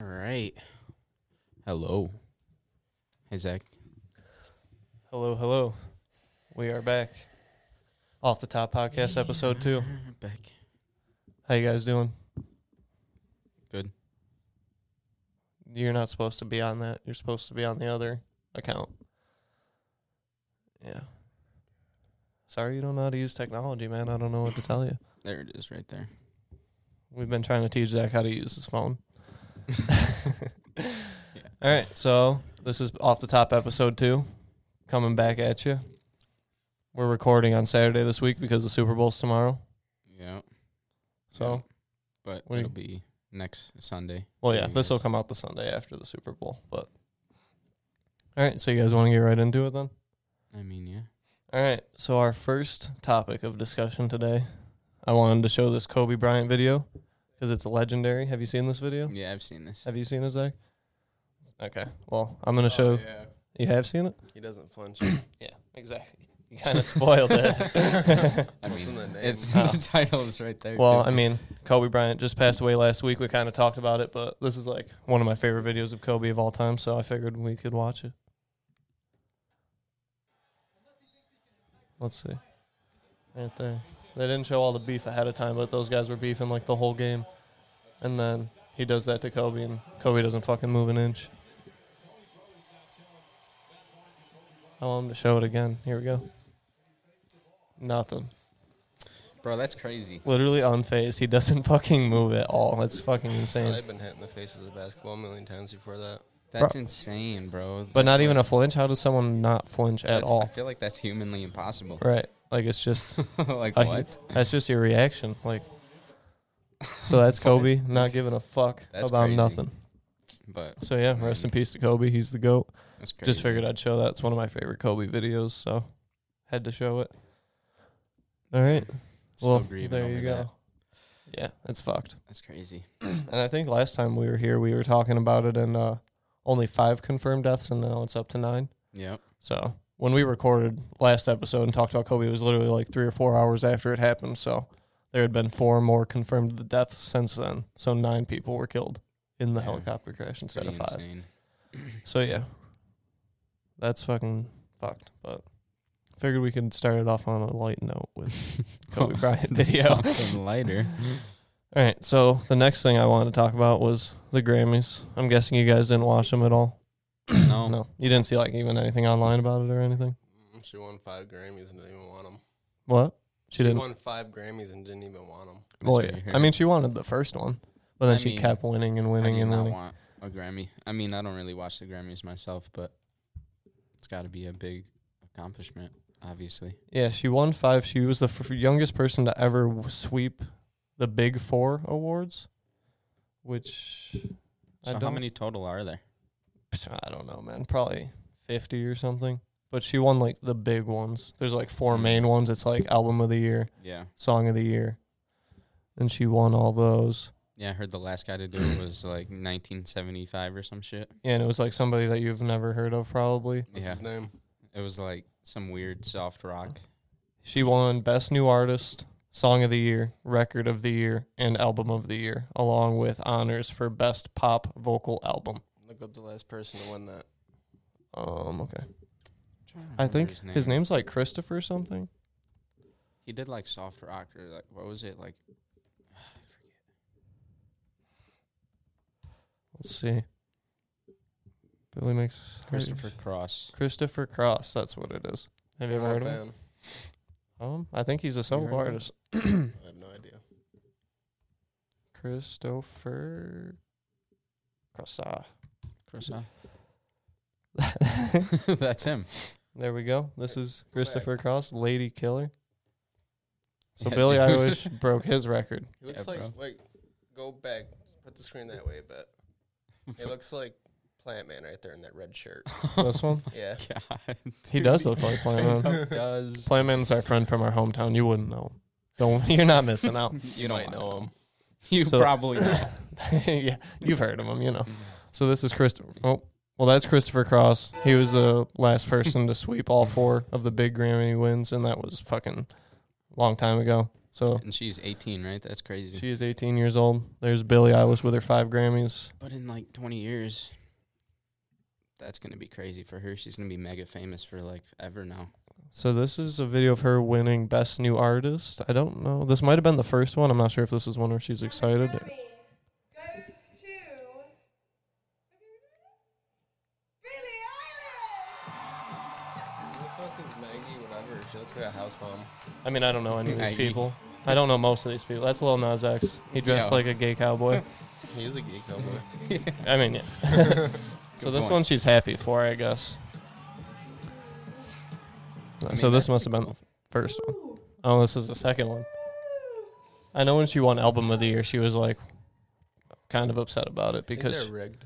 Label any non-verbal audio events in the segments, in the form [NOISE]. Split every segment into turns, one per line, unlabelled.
right. Hello. Hey, Zach.
Hello, hello. We are back. Off the top podcast episode two.
[LAUGHS] Back.
How you guys doing?
Good.
You're not supposed to be on that. You're supposed to be on the other account. Yeah. Sorry you don't know how to use technology, man. I don't know what to tell you.
There it is right there.
We've been trying to teach Zach how to use his phone. [LAUGHS] All right, so this is off the top episode two, coming back at you. We're recording on Saturday this week because the Super Bowl's tomorrow.
Yeah.
So,
Yeah. But
What do you-
it'll be next Sunday.
well,
for
yeah,
you
this will
guys.
come out the Sunday after the Super Bowl. But all right, so you guys want to get right into it then?
I mean, yeah.
All right, so our first topic of discussion today, I wanted to show this Kobe Bryant video because it's legendary. Have you seen this video?
Yeah, I've seen this.
Have you seen it, Zach? Okay, well, I'm gonna show.
yeah.
You have seen it?
He doesn't flinch.
[COUGHS] Yeah, exactly. You kind of spoiled
[LAUGHS]
it.
[LAUGHS] I
Oh, What's
mean,
in the name?
[LAUGHS]
it's
Oh.
the title is right there.
Well,
too.
I mean, Kobe Bryant just passed away last week. We kind of talked about it, but this is like one of my favorite videos of Kobe of all time, so I figured we could watch it. Let's see. Right there. They didn't show all the beef ahead of time, but those guys were beefing like the whole game. And then he does that to Kobe, and Kobe doesn't fucking move an inch. I want him to show it again. Here we go. Nothing
bro, that's crazy.
literally unfazed. He doesn't [LAUGHS] fucking move at all. That's fucking
Oh,
insane.
they've been hit in the face of the basketball a million times before that.
That's insane, bro.
But
That's
not even a
like-
flinch. How does someone not flinch at
that's- I
all?
feel like that's humanly impossible.
Right. Like it's
[LAUGHS]
just
like
I-
what?
that's just your reaction. Like
[LAUGHS]
so that's Kobe not giving a fuck
That's
about
crazy.
nothing.
But
So yeah, rest in peace to Kobe. He's the goat.
that's crazy.
Just figured I'd show that. It's one of my favorite Kobe videos, so had to show it. All right.
Still
well,
grieving
there
over
you go.
that.
Yeah, it's fucked.
That's crazy.
And I think last time we were here, we were talking about it, and uh, only five confirmed deaths, and now it's up to nine.
Yep.
So when we recorded last episode and talked about Kobe, it was literally like three or four hours after it happened. So there had been four more confirmed deaths since then. So nine people were killed in the
Yeah.
helicopter crash instead
Pretty
of five.
insane.
So yeah, that's fucking fucked. But figured we could start it off on a light note with
[LAUGHS]
Kobe Bryant video.
Something
[CLEARS THROAT]
lighter.
All right, so the next thing I wanted to talk about was the Grammys. I'm guessing you guys didn't watch them at all.
No.
No, you didn't see like even anything online about it or anything.
Mm, She won five Grammys and didn't even want them.
What? She, didn't.
won five Grammys and didn't even want them.
That's
Well,
what
yeah.
you heard.
I mean, she wanted the first one, but then
I
she
mean,
kept winning and
I
winning
do
and
not
winning.
want a Grammy. I mean, I don't really watch the Grammys myself, but it's got to be a big accomplishment, obviously.
Yeah, she won five. She was the f- youngest person to ever w- sweep the Big Four awards, which I
So how
don't-
many total are there?
[SNIFFS] I don't know, man. Probably 50 or something. But she won like the big ones. There's like four
Hmm.
main ones. It's like album of the year,
Yeah.
song of the year, and she won all those.
Yeah, I heard the last guy to do it was like 1975 or some shit.
And it was like somebody that you've never heard of, probably.
What's
yeah.
his name?
It was like some weird soft rock.
She won Best New Artist, Song of the Year, Record of the Year, and Album of the Year, along with honors for Best Pop Vocal Album.
Look up the last person to win that.
Um, okay.
Trying to
I
remember
think his name's like Christopher something.
He did like soft rock or like what was it like?
Let's see. Billy makes
Christopher
[LAUGHS]
Cross.
Christopher Cross. That's what it is. Have you ever
Not
heard of
a
him?
fan.
Um, I think he's a
heard
solo
of him?
artist.
I have no idea.
Christopher Cross. Ah.
Cross. [LAUGHS] That's him.
There we go. This is
back.
Christopher Cross, Lady Killer. So
Yeah, [LAUGHS]
Billy
dude.
Eilish [LAUGHS] broke his record.
He looks
Yeah,
like
bro.
wait, go back, put the screen that way a bit. It looks like Plant Man right there in that red
[LAUGHS]
shirt.
[LAUGHS]
[LAUGHS]
This one,
Yeah,
God,
he does look [LAUGHS] like Plant Man.
does.
Plant Man's our friend from our hometown. You wouldn't know. Don't [LAUGHS] you're not missing out.
You, don't
might know him.
You
So-
probably don't.
[LAUGHS] yeah, you've heard of him, you know. So this is Christopher. Oh, well, that's Christopher Cross. He was the last person to sweep all four of the big Grammy wins, and that was fucking long time ago. So
[LAUGHS] And she's 18, right? That's crazy.
she is 18 years old. There's Billie Eilish with her five Grammys.
but in like 20 years, that's going to be crazy for her. She's going to be mega famous for like ever now.
So this is a video of her winning Best New Artist. I don't know. This might have been the first one. I'm not sure if this is one where she's excited.
Goes to Billie Eilish.
Who the fuck is Maggie? Whatever. She looks like a house mom.
I mean, I don't know any of these
Maggie.
people. I don't know most of these people. That's Lil Nas X. He dressed
Yeah.
like a
[LAUGHS]
gay cowboy.
He is a gay cowboy.
I mean, yeah. [LAUGHS] so
Good
this
point.
one she's happy for, I guess.
I
so
mean,
this
that'd
must
be
have been
cool.
the first one. Oh, this is the second one. I know when she won Album of the Year, she was like kind of upset about it because
they're rigged.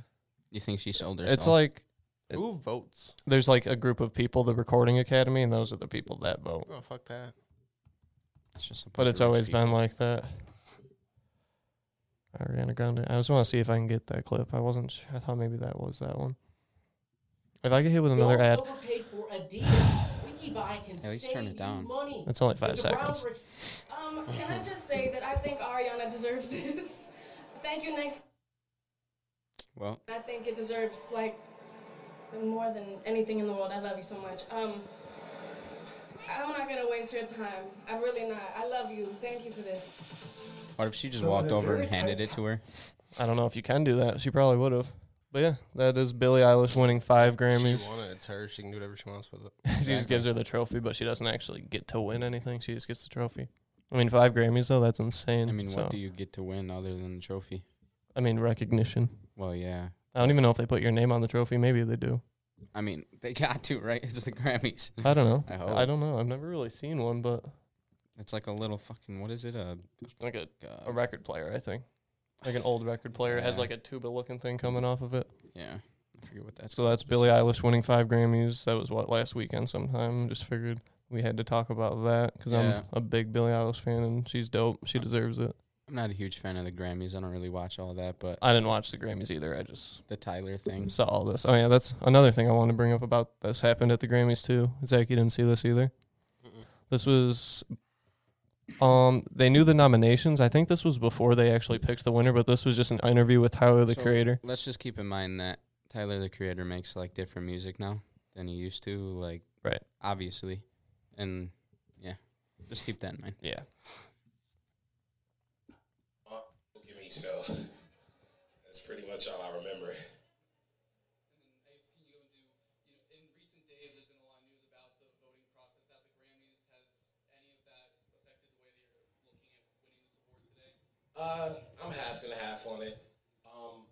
You think she sold herself?
it's like
Who votes?
there's like a group of people, the Recording Academy, and those are the people that vote.
Oh fuck that.
It's just a bunch
But
of
it's
rich
always been
people.
like that. Ariana Grande. I just want to see if I can get that clip. I wasn't. Sure. I thought maybe that was that one. If I get hit with another
Y'all
ad,
overpaid for Adidas. WikiBuy can
At least
save
turn it down.
you money.
it's only five
With the Brown
seconds.
Bricks-
Um, can I just say that I think Ariana deserves [LAUGHS] this? Thank you, next.
Well,
I think it deserves like more than anything in the world. I love you so much. Um, I'm not gonna waste your time. I'm really not. I love you. Thank you for this.
what if she just walked over and handed it to her?
I don't know if you can do that. She probably would have. But yeah, that is Billie Eilish winning five Grammys.
She won it. It's her. She can do whatever she wants with it.
[LAUGHS] She just gives her the trophy, but she doesn't actually get to win anything. She just gets the trophy. I mean, five Grammys though, that's insane.
I mean,
So,
what do you get to win other than the trophy?
I mean, recognition.
Well, yeah.
I don't even know if they put your name on the trophy. Maybe
[LAUGHS]
they do.
I mean, they got to, right? It's the Grammys. [LAUGHS]
I don't know.
I hope.
I, don't know. I've never really seen one, but
It's like a little fucking, what is it? A,
like a,
uh,
a record player, I think. Like an old record player It has
Yeah.
like a tuba looking thing coming off of it.
yeah. I forget what that's
So that's Billie Eilish winning five Grammys. That was what last weekend sometime. Just figured we had to talk about that because
Yeah.
I'm a big Billie Eilish fan and she's dope. She deserves it.
I'm not a huge fan of the Grammys. I don't really watch all that, but
I didn't watch the Grammys either. I just
the Tyler thing.
saw all this. Oh yeah, that's another thing I want to bring up about this happened at the Grammys too. Zach, you didn't see this either.
Mm-mm.
This was, um, they knew the nominations. I think this was before they actually picked the winner, but this was just an interview with Tyler the
So-
Creator.
Let's just keep in mind that Tyler the Creator makes like different music now than he used to, like
Right.
obviously. And yeah. Just keep that in mind.
Yeah,
Look at me, so [LAUGHS] that's pretty much all I remember. Uh, I'm half and half on it. Um,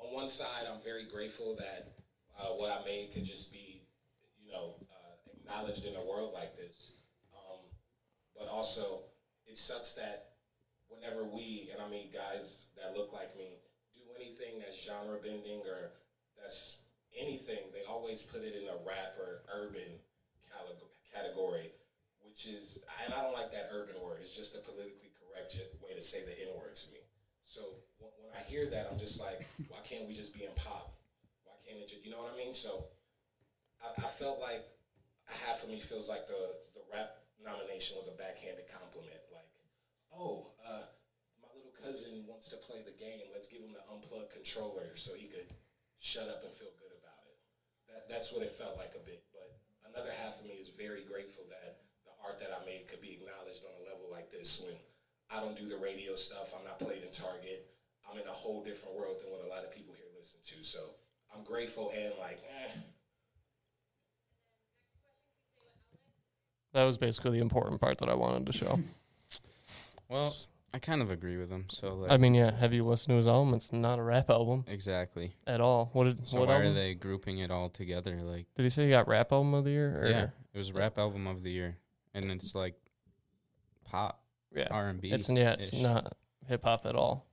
on one side, I'm very grateful that uh, what I made could just be, you know, uh, acknowledged in a world like this. Um, but also, it sucks that whenever we, and I mean guys that look like me, do anything that's genre bending or that's anything, they always put it in a rap or urban caleg- category, which is, and I don't like that urban word. It's just a politically correct j- way to say the N word to me. So when, when I hear that, I'm just like, why can't we just be in pop? Why can't it just, you know what I mean? So I, I felt like half of me feels like the, the rap nomination was a backhanded compliment. Like, oh, uh, my little cousin wants to play the game. Let's give him the unplugged controller so he could shut up and feel good about it. That, that's what it felt like a bit. But another half of me is very grateful that the art that I made could be acknowledged on a level like this when I don't do the radio stuff. I'm not played in Target. I'm in a whole different world than what a lot of people here listen to. So I'm grateful and like, eh.
that was basically the important part that I wanted
[LAUGHS]
to show.
Well, I kind of agree with him. So like
I mean, yeah. Have you listened to his album? It's not a rap album
exactly.
at all. What did
So
what
why
album?
are they grouping it all together? Like
Did he say he got rap album of the year? Or
Yeah. It was rap album of the year. And it's like pop
yeah.
R and B.
It's yeah, it's not hip hop at all.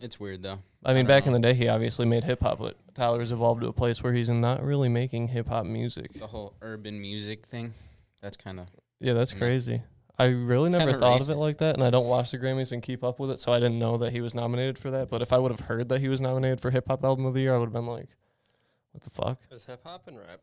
it's weird though.
I mean,
don't
back
know.
in the day, he obviously made hip hop, but Tyler's evolved to a place where he's not really making hip hop music.
The whole urban music thing. That's kinda
Yeah, that's
Mm.
crazy. I really
It's
never
kinda
thought of it
racist.
like that, and I don't watch the Grammys and keep up with it, so I didn't know that he was nominated for that. But if I would have heard that he was nominated for hip hop album of the year, I would have been like, "What the fuck?
Is hip hop and rap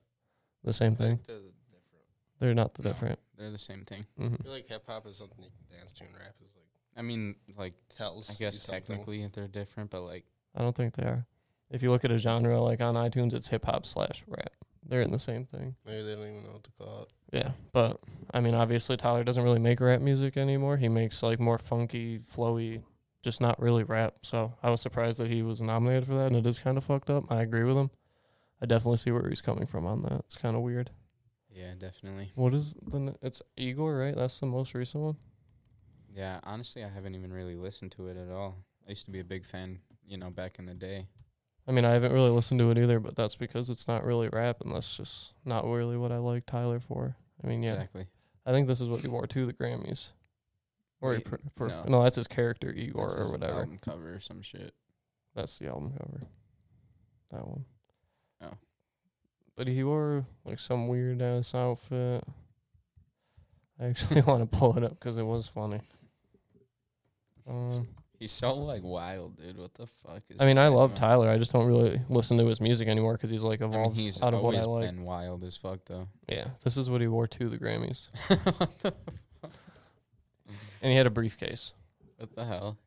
The same
I
thing."
think they're different?
They're not the
No.
different.
They're the same thing.
hmm
I feel like hip hop is something you can dance to, and rap is like
I mean, like
tells.
I
you
guess
something.
technically they're different, but like
I don't think they are. If you look at a genre like on iTunes, it's hip hop slash rap. They're in the same thing.
maybe they don't even know what to call it.
Yeah, but I mean, obviously Tyler doesn't really make rap music anymore. He makes like more funky, flowy, just not really rap. So I was surprised that he was nominated for that, and it is kind of fucked up. I agree with him. I definitely see where he's coming from on that. It's kind of weird.
yeah, definitely.
What is the? n- It's Igor, right? That's the most recent one.
Yeah, honestly, I haven't even really listened to it at all. I used to be a big fan, you know, back in the day.
I mean, I haven't really listened to it either, but that's because it's not really rap, and that's just not really what I like Tyler for. I mean, yeah,
Exactly.
I think this is what he wore to the Grammys. Or he
Wait,
pr- for,
no.
no. that's his character Igor
That's
or
his
whatever.
Album cover or some shit.
That's the album cover. That one.
Oh.
But he wore like some weird ass outfit. I actually [LAUGHS] want to pull it up because it was funny. Um,
He's so like wild, dude. What the fuck is?
I mean,
this
I
guy
love
doing?
Tyler. I just don't really listen to his music anymore because he's like
I mean,
evolved
he's
out of what
always
I like.
been wild as fuck, though. [LAUGHS]
Yeah, this is what he wore to the Grammys,
what, the,
and he had a briefcase.
what the hell?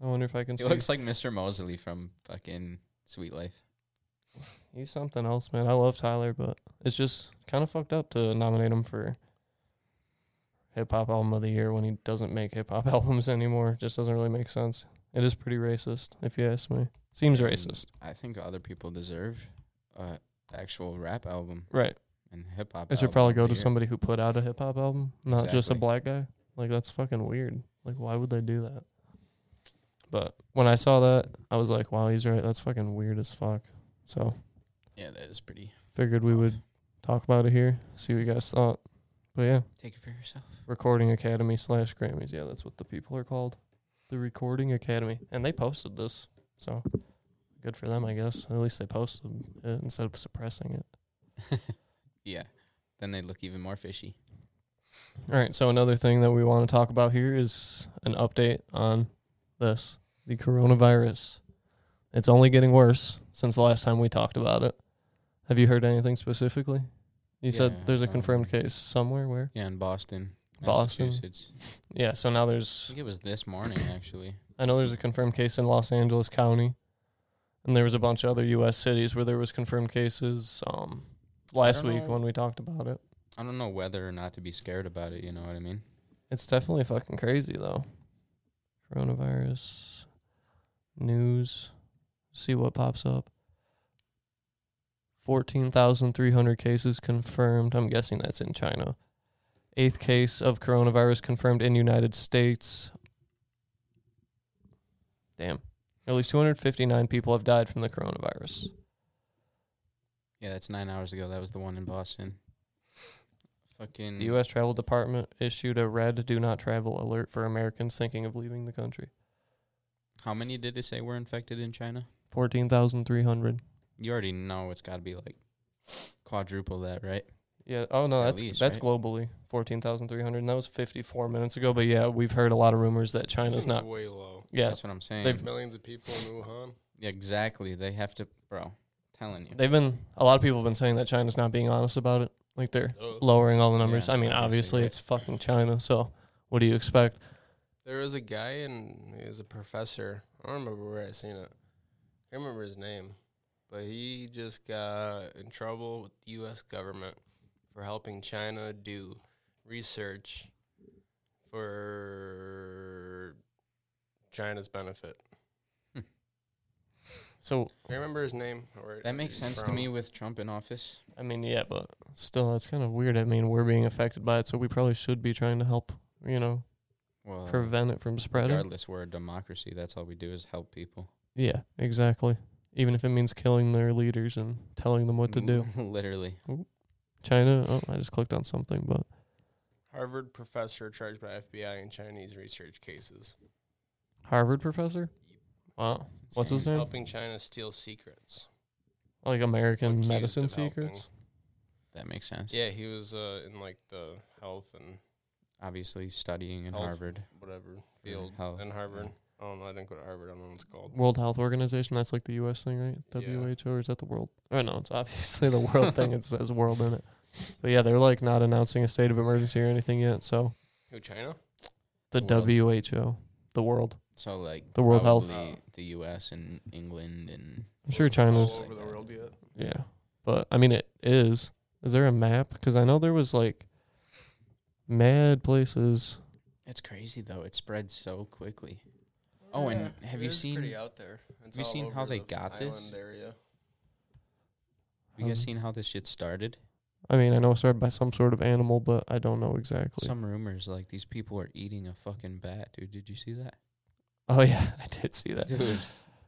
I wonder if I can.
He
see-
looks like Mr. Mosley from fucking Sweet Life.
He's something else, man. I love Tyler, but it's just kind of fucked up to nominate him for hip hop album of the year when he doesn't make hip hop [LAUGHS] albums anymore. Just doesn't really make sense. It is pretty racist, if you ask me. Seems
And
racist,
I think other people deserve uh actual rap album
right?
and hip hop.
It should
album
probably
of
go
the
to
year.
somebody who put out a hip hop album, not just a
Exactly.
black guy. Like that's fucking weird. Like why would they do that? But when I saw that, I was like, "Wow, he's right. That's fucking weird as fuck." So
Yeah, that is pretty.
figured we
rough.
would talk about it here, see what you guys thought. But yeah.
take it for yourself.
Recording Academy slash Grammys. Yeah, that's what the people are called. The Recording Academy. And they posted this. So good for them, I guess. At least they posted it instead of suppressing it.
yeah, then they look even more fishy.
All right. So another thing that we want to talk about here is an update on this the coronavirus. It's only getting worse since the last time we talked about it. Have you heard anything specifically? You
Yeah,
said there's a confirmed
um,
case somewhere where?
Yeah, in Boston,
Boston.
Massachusetts.
Yeah, so now
I
there's
think it was this morning actually.
I know there's a confirmed case in Los Angeles County, and there was a bunch of other U.S. cities where there was confirmed cases. Um, last
don't
week
know.
when we talked about it,
I don't know whether or not to be scared about it. You know what I mean?
it's definitely fucking crazy though. Coronavirus news. See what pops up. Fourteen thousand three hundred cases confirmed. I'm guessing that's in China. Eighth case of coronavirus confirmed in United States. Damn. At least 259 people have died from the coronavirus.
Yeah, that's nine hours ago. That was the one in Boston. Fucking Hmm.
The U.S. Travel Department issued a red do not travel alert for Americans thinking of leaving the country.
How many did they say were infected in China?
14,300.
You already know it's got to be like quadruple that, right?
Yeah. Oh, no,
At
that's
least,
that's
right?
globally 14,300. And that was 54 minutes ago. But yeah, we've heard a lot of rumors that China's
Seems
not.
way low.
Yeah.
That's what I'm saying.
They've-
Millions of people in Wuhan.
Yeah, exactly. They have to, bro. Telling you.
They've been, a lot of people have been saying that China's not being honest about it. Like they're
Duh.
lowering all the numbers.
Yeah,
I mean,
obviously,
obviously,
right.
it's fucking China. So what do you expect?
There was a guy and he was a professor. I don't remember where I seen it. I can't remember his name, but he just got in trouble with the U.S. government for helping China do research for China's benefit.
So,
I remember his name. or where
that makes
he's
sense to
from.
me with Trump in office.
I mean, yeah, but still, that's kind of weird. I mean, we're being affected by it. So we probably should be trying to help, you know,
Well,
prevent it from spreading.
Uh, regardless, we're a democracy. That's all we do is help people.
Yeah, exactly. Even if it means killing their leaders and telling them what to
Mm. [LAUGHS]
do.
Literally.
China, oh, I just clicked on something, but
Harvard professor charged by FBI in Chinese research cases.
Harvard professor? Wow. What's his name?
Helping China steal secrets.
Like American
Accused
medicine
of helping.
secrets?
That makes sense.
Yeah, he was uh, in like the health and
Obviously, studying in
Health.
Harvard.
whatever field
health,
in Harvard.
yeah.
I don't know. I didn't go to Harvard. I don't know what it's called.
World Health Organization, that's like the US thing, right?
Yeah.
WHO, or is that the world? Oh, no, it's obviously the world thing. It says world in it. But yeah, they're like not announcing a state of emergency or anything yet. So
Who, China?
the
World.
WHO, the world.
So like
The World Health.
probably the U.S. and England and
I'm sure China's
all over the Oh, world yet.
yeah, but I mean it is. Is there a map? Because I know there was like mad places.
it's crazy though. It spreads so quickly. Oh, and have you
It is
seen?
Pretty out there. It's
you
all
seen how
over
they
the
got this?
island Area.
Have you guys
Um,
seen how this shit started?
I mean, I know it started by some sort of animal, but I don't know exactly.
Some rumors like these people are eating a fucking bat, dude. Did you see that?
[LAUGHS] oh yeah, [LAUGHS] I did see that.
Dude,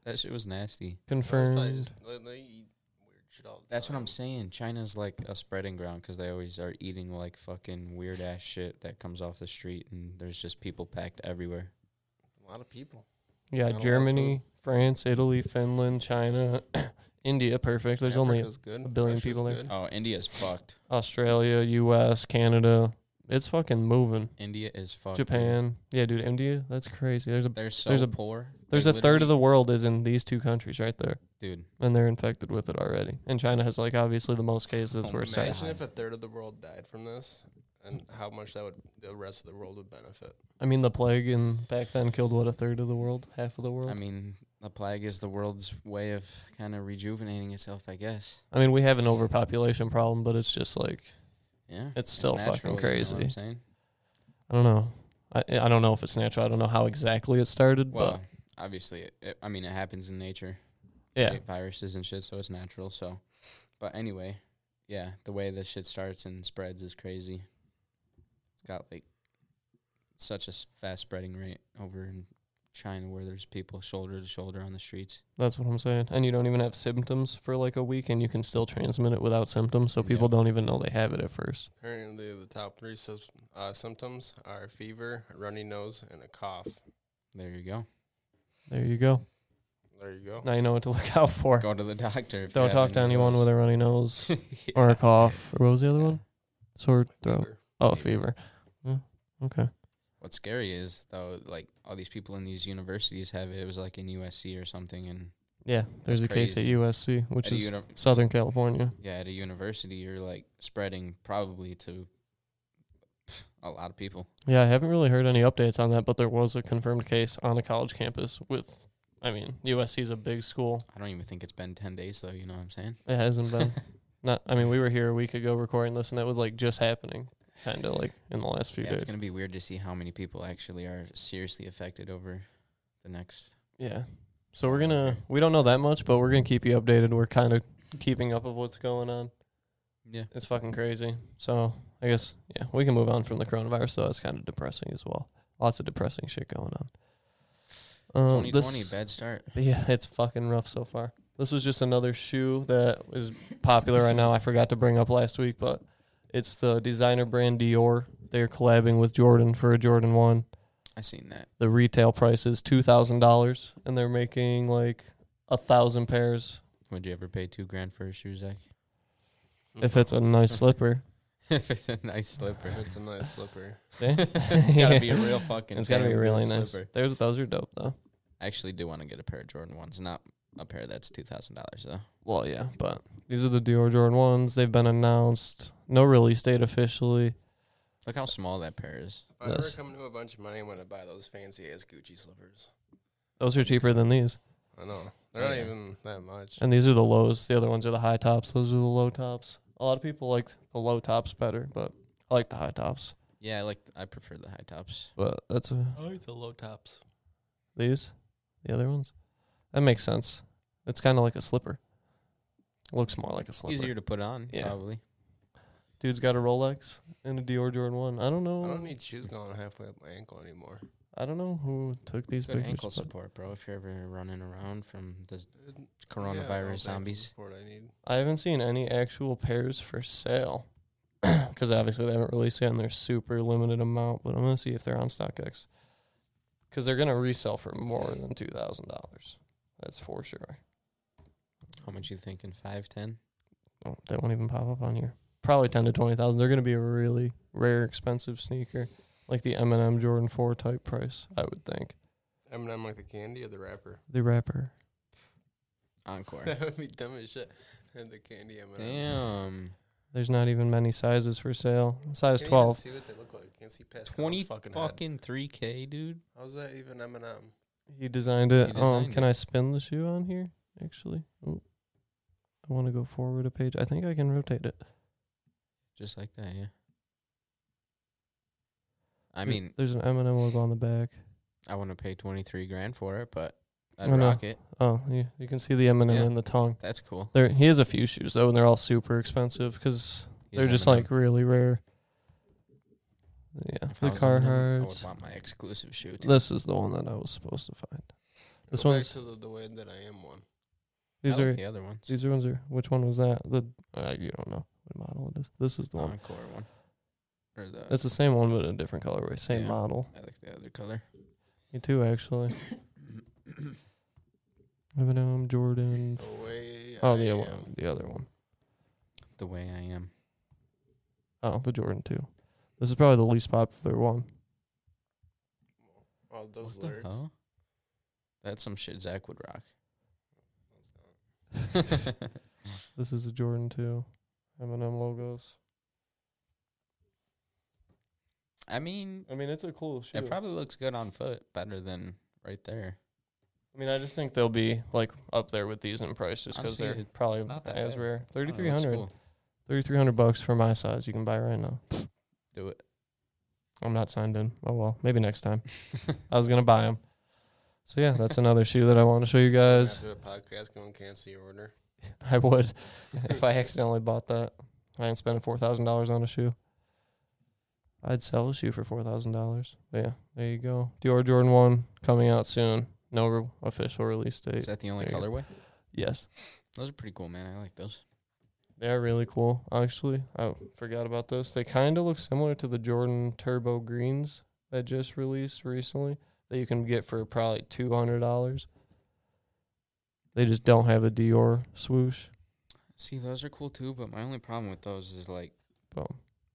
that shit was nasty.
Well, it's probably
Confirmed.
just- they- they eat weird shit all the
That's what I'm
time.
saying. China's like a spreading ground because they always are eating like fucking weird ass shit that comes off the street, and there's just people packed everywhere.
A lot of people.
Yeah,
Not a lot of
Germany, France, Italy, Finland, China, [CLEARS THROAT] India. Perfect. There's only
Africa's good.
a billion
Russia's
people there.
good.
Oh, India's fucked.
Australia, U.S., Canada. It's fucking moving.
India is fucked. dude.
Japan. Yeah, dude, India. That's crazy. There's a
They're so
There's a-
poor.
there's
They
a third
literally-
of the world is in these two countries right there,
dude.
and they're infected with it already. And China has like obviously the most cases. That's
Oh,
where it's at.
Imagine
high.
if a third of the world died from this, and how much that would the rest of the world would benefit.
I mean, the plague and back then killed what a third of the world, half of the world.
I mean, the plague is the world's way of kind of rejuvenating itself, I guess.
I mean, we have an overpopulation problem, but it's just like
Yeah,
It's still fucking
You know what
crazy.
I'm saying?
I don't know. I I don't know if it's natural. I don't know how exactly it started,
Well, obviously, it, it, I mean, it happens in nature.
but yeah,
right? viruses and shit, so it's natural. So, but anyway, yeah, the way this shit starts and spreads is crazy. It's got like such a s- fast spreading rate over in China, where there's people shoulder to shoulder on the streets.
that's what I'm saying. And you don't even have symptoms for like a week, and you can still transmit it without symptoms. So people
Yeah.
don't even know they have it at first.
Apparently, the top three sys- uh, symptoms are fever, a runny nose, and a cough.
There you go.
There you go.
There you go.
Now you know what to [LAUGHS] look out for.
Go to the [LAUGHS] doctor. If you
Don't
have
talk to
any of
anyone
those.
with a
[LAUGHS]
runny nose or a cough. Or what was the other
Yeah.
one? Sore throat.
Fever.
Oh, fever. Mm, Okay.
What's scary is though, like all these people in these universities have it. It was like in USC or something, and
Yeah, there's a case at
crazy.
USC, which
at a
is
uni-
Southern California.
yeah, at a university, you're like spreading probably to [LAUGHS] a lot of people.
Yeah, I haven't really heard any updates on that, but there was a confirmed case on a college campus with. I mean, USC is a big school.
I don't even think it's been ten days though. You know what I'm saying?
It
[LAUGHS]
hasn't been. Not. I mean, we were here a week ago recording this, and that was like just happening, kind of like in the last few
Yeah,
days.
it's gonna be weird to see how many people actually are seriously affected over the next.
yeah. So we're gonna. We don't know that much, but we're gonna keep you updated. We're kind of keeping up of what's going on.
Yeah,
It's fucking crazy. So I guess yeah, we can move on from the coronavirus. Though it's kind of depressing as well. Lots of depressing shit going on. Um,
2020
this-
bad start.
But yeah, [LAUGHS] it's fucking rough so far. This was just another shoe that is popular right now. I forgot to bring up last week, but it's the designer brand Dior. They're collabing with Jordan for a Jordan 1.
I seen that.
The retail price is $2,000 and they're making like a thousand pairs
Would you ever pay two grand for a shoe, Zach? [LAUGHS]
if it's a [LAUGHS] nice slipper.
if it's a nice slipper,
[LAUGHS]
Mm-hmm. If it's a nice slipper.
Eh?
[LAUGHS] it's gotta be a real fucking.
It's got to be
damn good
really nice.
slipper.
They're, those are dope though.
I actually do want to get a pair of Jordan ones, not a pair that's two thousand dollars though.
Well, yeah, but these are the Dior Jordan 1s. They've been announced. No release date officially.
Look how small that pair is.
If I ever
Yes.
come to a bunch of money, I'm gonna buy those fancy ass Gucci slippers.
Those are cheaper than these.
I know they're
Oh,
not
yeah.
even that much.
And these are the lows. The other ones are the high tops. Those are the low tops. A lot of people like the low tops better, but I like the high tops.
Yeah, I like I prefer the high tops.
But that's a,
I like the low tops.
these, the other ones. That makes sense. It's kind of like a slipper. Looks more like a slipper.
Easier to put on,
Yeah.
probably.
Dude's got a Rolex and a Dior Jordan One. I don't know.
I don't need shoes going halfway up my ankle anymore.
know who took these
Good
pictures.
ankle
but
support, bro. If you're ever running around from the
Dude, yeah, all the ankle
coronavirus zombies,
support I need.
I haven't seen any actual pairs for sale [CLEARS THROAT] because obviously they haven't released yet and they're super limited amount. But I'm gonna see if they're on StockX because they're gonna resell for more than two thousand dollars. That's for sure.
how much you thinking? Five, ten?
Oh, they won't even pop up on here. Probably ten to twenty thousand. They're gonna be a really rare, expensive sneaker, like the M&M Jordan Four type price, I would think.
M&M like the candy or the wrapper? [LAUGHS]
The rapper.
Encore.
[LAUGHS] That would be dumb as shit. And the candy
[LAUGHS]
M&M.
Damn.
There's not even many sizes for sale. Size
Can't even
12.
See what they look like. Can't see past
Twenty
fucking, head.
fucking three k, dude.
How's that even Eminem?
He designed it.
He
um,
designed
can
it.
I spin the shoe on here? Actually, Ooh. I want to go forward a page. I think I can rotate it.
Just like that, yeah. I
There-
mean,
there's an M&M logo on the back.
I wouldn't pay twenty three grand for it, but I'd
I know.
rock it.
Oh, yeah, you can see the M&M
Yeah.
in the tongue.
That's cool.
There, he has a few shoes though, and they're all super expensive because
He's
they're just
Eminem.
like really rare. Yeah,
If I
the
was Eminem, I
Carhartts.
would want my exclusive shoot.
This is the one that I was supposed to find. This
Go back
one's-
to the, the way that I
[LAUGHS]
am one.
I
These
like
are
the other ones.
these are ones are. Which one was that? The uh, you don't know what model it is. This is the
The
one.
encore one, or the
It's the same one but a different colorway, same
Yeah.
model.
I like the other color.
Me
[COUGHS]
too, actually. Eminem, Jordan.
The way
Oh,
I
the other
am.
one. The other one.
The way I am.
Oh, the Jordan too. This is probably the least popular one.
Oh, those
what the
lyrics.
hell? That's some shit Zach would rock.
This is a Jordan too. Eminem logos.
I mean,
I mean, it's a cool shoe.
it probably looks good on foot, better than right there. Oh,
I mean, I just think they'll be like up there with these in price just because
Honestly,
they're
it-
probably
it's not that
as
bad.
rare.
I
Thirty
don't know,
three
it looks
hundred.
cool. [LAUGHS]
Thirty three hundred bucks for my size. You can buy right now.
Do it.
I'm not signed in. Oh well, maybe next time. I was gonna buy them. So yeah, that's another shoe that I want to show you guys.
After the podcast, go and cancel your order.
[LAUGHS] I would if I accidentally bought that. I ain't spending four thousand dollars on a shoe. I'd sell a shoe for four thousand dollars. Yeah, there you go. Dior Jordan One coming out soon. No re- official release
Is
date.
that the only
there you go.
colorway?
Yes,
Those are pretty cool, man. I like those.
they are really cool. Actually, I forgot about this. They kind of look similar to the Jordan Turbo Greens that just released recently. That you can get for probably two hundred dollars. They just don't have a Dior swoosh.
See, those are cool too, but my only problem with those is like,
Boom.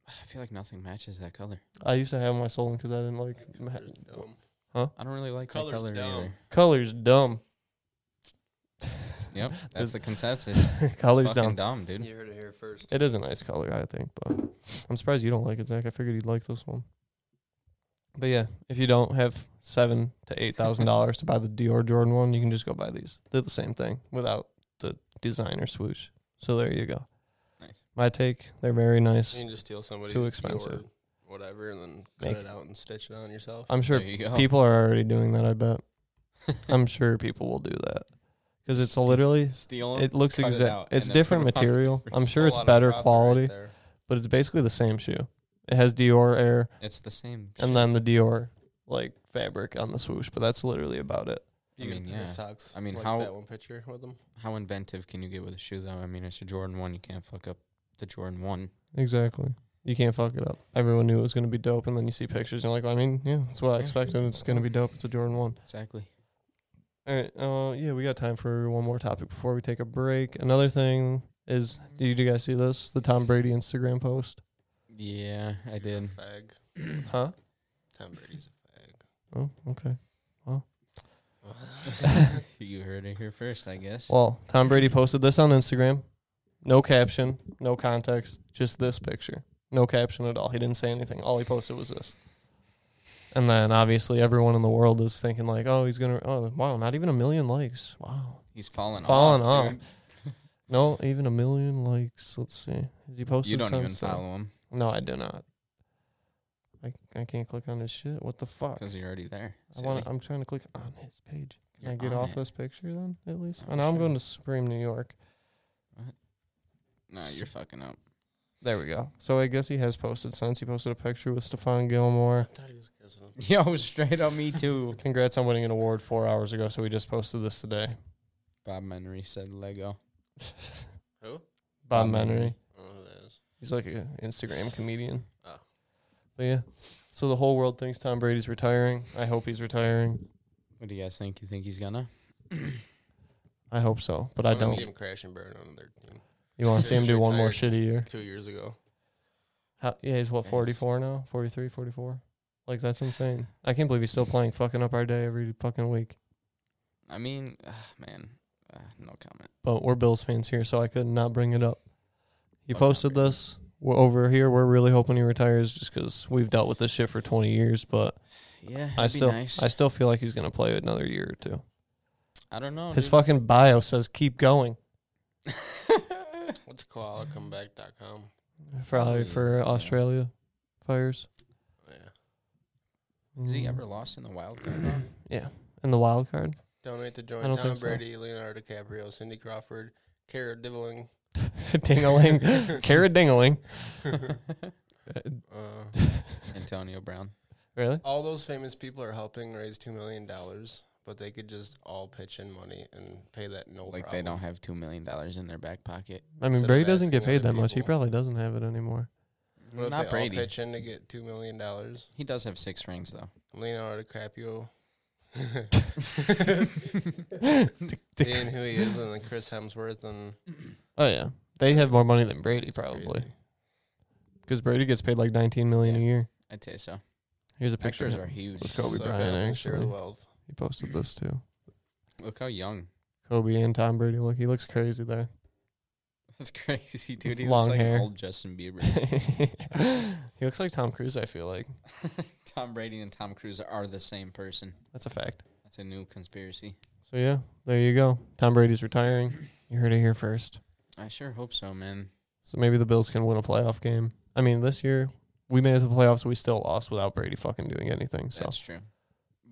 I feel like nothing matches that color.
I used to have my soul because I didn't like
That
ma-
color's dumb.
I don't really like
Color's
that color
dumb.
[LAUGHS]
either.
colors dumb.
Yep, that's the consensus.
[LAUGHS] colors
it's fucking dumb,
dumb.
dude.
You heard it here first.
It is a nice color, I think, but I'm surprised you don't like it, Zach. I figured you'd like this one. But yeah, if you don't have seven to eight thousand dollars to buy the Dior Jordan one, you can just go buy these. They're the same thing without the designer swoosh. So there you go.
Nice.
My take, they're very
You
nice.
can just steal somebody.
Too expensive.
Whatever, and then
Make
cut
it.
it out and stitch it on yourself.
I'm sure
There you go.
people are already doing that. I bet.
[LAUGHS]
I'm sure people um, will do that because it's literally
Steal
It looks
cut it
exact.
out, and
it's
then put
different
'em on
material.
different
I'm sure
Whole
it's
lot of
better
profit right
quality,
there.
but it's basically the same shoe. It has Dior Air
It's the same.
and then the Dior like fabric on the swoosh, but that's literally about it.
I
You get
mean,
a pair of
yeah.
Socks.
I mean,
like
how-
that one picture with them.
How inventive can you get with a shoe, though? I mean, it's a Jordan 1. You can't fuck up the Jordan 1.
Exactly. You can't fuck it up. Everyone knew it was going to be dope, and then you see pictures, and you're like, well, I mean, yeah, that's what I
Yeah.
expected. It's going to be dope. It's a Jordan 1.
Exactly.
All right. Uh, yeah, we got time for one more topic before we take a break. Another thing is, did you guys see this? The Tom Brady Instagram post?
Yeah, I
You're a
did.
Fag.
Huh?
Tom Brady's a
Oh, okay.
fag.
[LAUGHS] you heard it here first, I guess.
Well, Tom Brady posted this on Instagram. No caption, no context, just this picture. No caption at all. He didn't say anything. All he posted was this. And then obviously everyone in the world is thinking like, "Oh, he's going to oh, wow, not even a million likes." Wow.
He's fallen off.
Fallen
dude. [LAUGHS]
No, even a million likes. Let's see. Has he posted
You don't even
something?
follow him
No, I do not. I, I can't click on his shit. What the fuck?
because you're already there.
I
silly.
want I'm trying to click on his page. Can I
You're
get
on
off
it.
this picture then at least?
Oh,
And I'm
sure.
going to Supreme New York.
No, you're fucking up. [LAUGHS]
There we go. So I guess he has posted since. He posted a picture with Stefan Gilmore.
I thought he was kissing him.
Yo, straight up, me too.
[LAUGHS] Congrats on winning an award four hours ago. So we just posted this today.
Bob Menery said Lego.
Who?
Bob
Bob
Menery.
Menery.
I don't know who that is.
He's like an Instagram comedian.
Oh.
But yeah. So the whole world thinks Tom Brady's retiring. I hope he's retiring.
What do you guys think? You think he's gonna?
I hope so, but I
wanna
don't.
see him crash and burn on their team.
You want to
[LAUGHS]
see him do one more
Retired
shitty year?
Two years ago.
How, yeah, he's what
Nice.
44 now, 43, 44. Like that's insane. I can't believe he's still playing, fucking up our day every fucking week.
I mean, ah, [SIGHS] man, uh, no comment.
But we're Bills fans here, so I could not bring it up. He posted this. We're over here. We're really hoping he retires just because we've dealt with this shit for 20 years. But
Yeah,
I
it'd be
still,
nice.
I still feel like he's gonna play another year or two.
I don't know. [LAUGHS]
His
dude.
fucking bio says keep going.
What's koalacomeback.com?
Oh,
Probably for Australia fires.
Yeah.
Is he
Mm.
ever lost in the wild card? round?
Yeah, in the wild card. [LAUGHS]
Donate to
I
join
don't
Tom
think so.
Brady, Leonardo DiCaprio, Cindy Crawford, Cara
[LAUGHS]
Dibling.
[LAUGHS]
Dingaling, carrot dingaling.
[LAUGHS]
[LAUGHS]
Uh,
Antonio Brown.
Really?
all those famous people are helping raise two million dollars, but they could just all pitch in money and pay that no
Like
problem.
they don't have two million dollars in their back pocket.
I
Instead
mean,
of
Brady doesn't get
asking other
paid that much. He
people.
probably doesn't have it anymore.
What if they
Not Brady.
all pitch in to get two million dollars?
He does have six rings [LAUGHS] though.
[LAUGHS]
Leonardo DiCaprio, being
oh
who he is, and then Chris Hemsworth, and
Oh,
yeah, they have more money than Brady probably because Brady gets paid like 19 million a
Yeah.
year.
I'd say so.
Here's a picture.
Actors
of
are
him.
huge.
Let's go. Kobe
Kobe
Bryant,
Bryant, share the
actually.
wealth.
He posted this too.
Look how young. [LAUGHS]
Kobe and Tom Brady look. He looks crazy [LAUGHS] there.
That's crazy, dude. He
Long
looks like
hair.
an old Justin
[LAUGHS]
Bieber.
he looks like Tom Cruise. I feel like
Tom Brady and Tom Cruise are the same person.
that's a fact.
That's a new conspiracy.
So yeah, there you go. Tom Brady's retiring. You heard it here first.
I sure hope so, man.
So maybe the Bills can win a playoff game. I mean, this year we made it to the playoffs. We still lost without Brady fucking doing anything. So
That's true.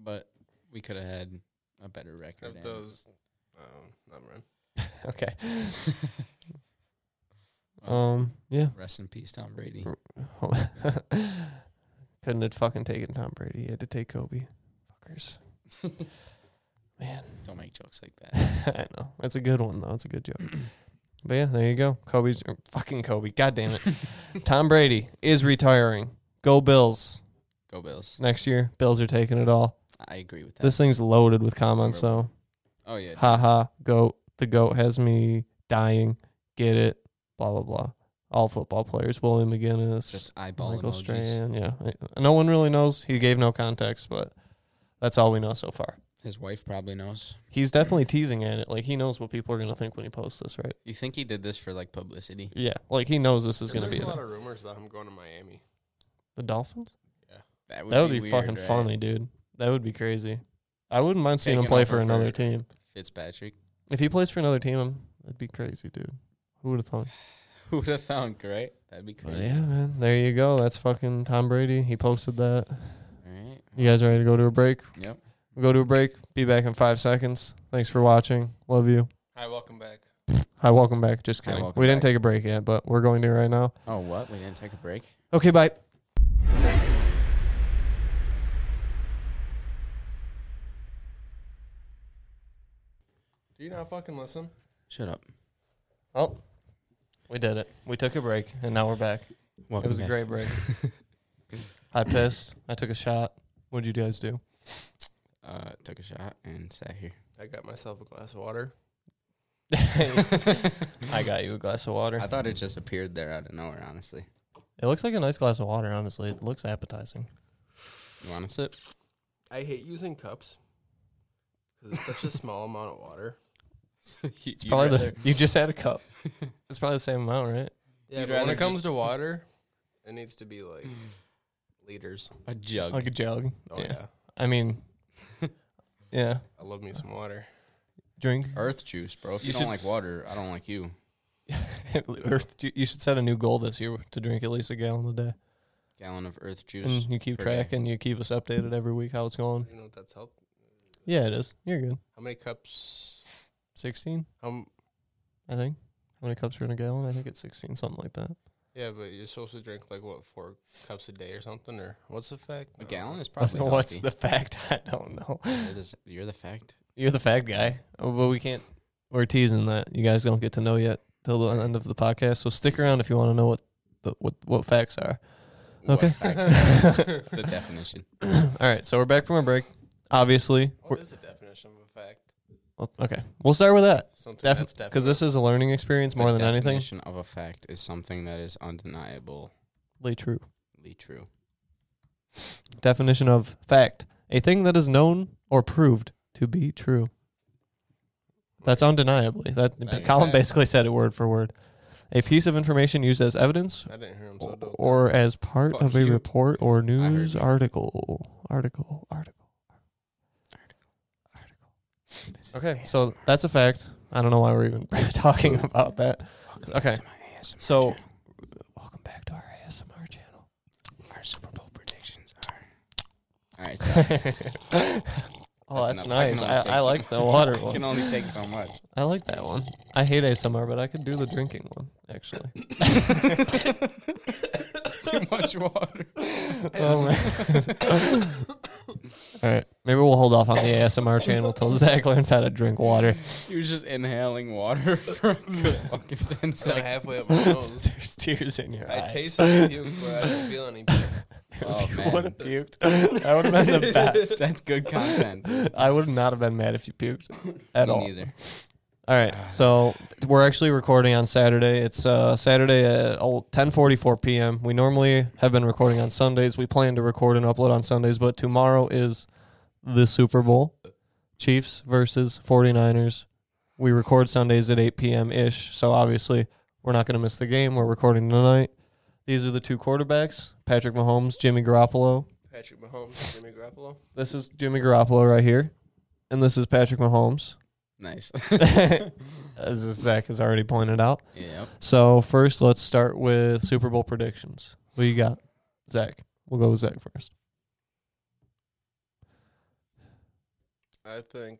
But we could have had a better record.
Of
and-
those, um, not mind.
okay.
Well,
Um. Yeah.
[LAUGHS]
[LAUGHS]
rest in peace, Tom Brady.
Couldn't have fucking taken Tom Brady. He had to take Kobe. Fuckers. Man.
Don't make jokes like
[LAUGHS]
that.
I know. That's a good one though. That's a good joke. [CLEARS THROAT] but yeah, there you go. Kobe's er, fucking Kobe. God
[LAUGHS]
damn it. Tom Brady is retiring. Go Bills
Go Bills.
next year. Bills are taking it all.
I agree with that.
This thing's loaded with comments though.
oh yeah.
Ha ha. Goat. The goat has me dying. Get it. Blah blah blah. All football players. William McGinnis.
Just eyeball
Michael
emojis.
Strahan. Yeah. I- No one really knows. He gave no context, but that's all we know so far.
His wife probably knows.
He's definitely teasing at it. Like he knows what people are gonna think when he posts this, right?
You think he did this for like publicity?
Yeah, like he knows this is
There's
going to be
a lot
the,
of rumors about him going to Miami.
the Dolphins.
That would
That would
be, weird,
be, fucking
right?
funny, dude. That would be crazy. I wouldn't mind seeing him
Taking
play
over
for another
for-
team.
Fitzpatrick.
If he plays for another team, I'm- that'd be crazy, dude. Who would have thought?
[LAUGHS] Who would have thunk, right? That'd be
But
crazy.
yeah, man. There you go. That's fucking Tom Brady. He posted that.
All right.
You guys ready to go to a break?
Uh-huh. Yep.
We'll go to a break. Be back in five seconds. Thanks for watching. Love you.
Hi, welcome back.
Hi, welcome back. Just
Hi,
kidding.
welcome
we didn't
back.
take a break yet, but we're going to right now.
Oh, what? We didn't take a break?
Okay, bye.
Do you not fucking listen?
Shut up.
Oh, we did it. We took a break, and now we're back.
Welcome
It was
back.
a great [LAUGHS] break. I pissed. I took a shot. What'd you guys do?
Uh, took a shot and sat here.
I got myself a glass
[LAUGHS]
of water.
I got you a glass of water.
I thought it just appeared there out of nowhere, honestly.
It looks like a nice glass of water, honestly. It looks appetizing.
You
[LAUGHS]
want to sip?
I hate using cups because
[LAUGHS]
it's such a small amount of water.
it's
Probably the, [LAUGHS] you just had a cup. It's probably the same amount, right?
Yeah,
You'd
but when
rather
it comes
just-
to water, it needs to
[CLEARS THROAT]
be like liters.
a jug.
Like a jug.
Oh yeah.
I mean, yeah.
I love me some water.
Drink.
Earth juice, bro. If you,
You
don't
should-
like water, I don't like you.
[LAUGHS] Earth. ju- You should set a new goal this year to drink at least a gallon a day,
Gallon of Earth juice.
and you keep
per
track
day.
and you keep us updated every week how it's going.
You know what that's helped?
Yeah, it is. You're good.
How many cups?
Sixteen,
How m-
I think. How many cups are in a gallon? I think it's sixteen, something like that.
yeah, but you're supposed to drink like what four cups a day or something, or what's the fact?
A
No.
gallon
[LAUGHS]
is probably.
What's
healthy.
the fact? [LAUGHS] I don't know.
It is- You're the fact.
You're the fag guy. Oh, but we can't. We're teasing that. You guys don't get to know yet till the end of the podcast. So stick around if you want to know what the, what what facts are.
What
[LAUGHS] Okay.
facts
[LAUGHS]
are- the definition.
All right. So we're back from our break. Obviously. [LAUGHS]
What
We're,
is the definition of a fact?
well, okay. We'll start with that
Something that's definite.
because this is a learning experience more
the
than anything.
definition of a fact is something that is undeniably
Lay true.
true.
Definition of fact: a thing that is known or proved to be true. That's undeniably. That
That's
Colin
fact.
basically said it word for word. A piece of information used as evidence
I didn't hear him. So dope.
or as part
Fuck
of a
you.
report or
heard
news
you.
article. Article. Article.
This is
Okay, so that's a fact. I don't know why we're even [LAUGHS] talking about that.
Welcome
okay.
to my ASMR
So-
channel.
Welcome back to our ASMR channel.
our Super Bowl predictions are. All right,
[LAUGHS]
so
Oh,
That's
that's,
enough. I can
nice.
only
I,
take
I
so
like the water
[LAUGHS] I can
one.
only take
[LAUGHS]
so much.
I like that one. I hate ASMR, but I could do the drinking one actually.
Too much water.
[COUGHS] Oh man. [COUGHS] All right, maybe we'll hold off on the ASMR channel till Zach learns how to drink water.
[LAUGHS] He was just inhaling water [LAUGHS] for a good fucking ten
It's like
seconds.
halfway
[LAUGHS]
up my
[LAUGHS]
nose.
There's tears in your
I
eyes.
[LAUGHS]
tasted puke, but I didn't feel any puke.
[LAUGHS]
Oh
you would
man,
have puked. That would
[LAUGHS]
have been the best.
that's good content. dude.
I would not have been mad if you puked [LAUGHS]
[LAUGHS]
at
Me
all.
neither. Ah.
All right, so we're actually recording on Saturday. It's uh, Saturday at oh, 10:44 p.m. We normally have been recording on Sundays. We plan to record and upload on Sundays, but tomorrow is the Super Bowl, Chiefs versus 49ers. We record Sundays at 8 p.m. ish, so obviously we're not going to miss the game. We're recording tonight. These are the two quarterbacks: Patrick Mahomes, Jimmy Garoppolo.
Patrick Mahomes, Jimmy Garoppolo.
This is Jimmy Garoppolo right here, and this is Patrick Mahomes. [LAUGHS]
Nice.
As Zach has already pointed out.
yep.
So first, let's start with Super Bowl predictions. What you got, Zach? We'll go with Zach first.
I think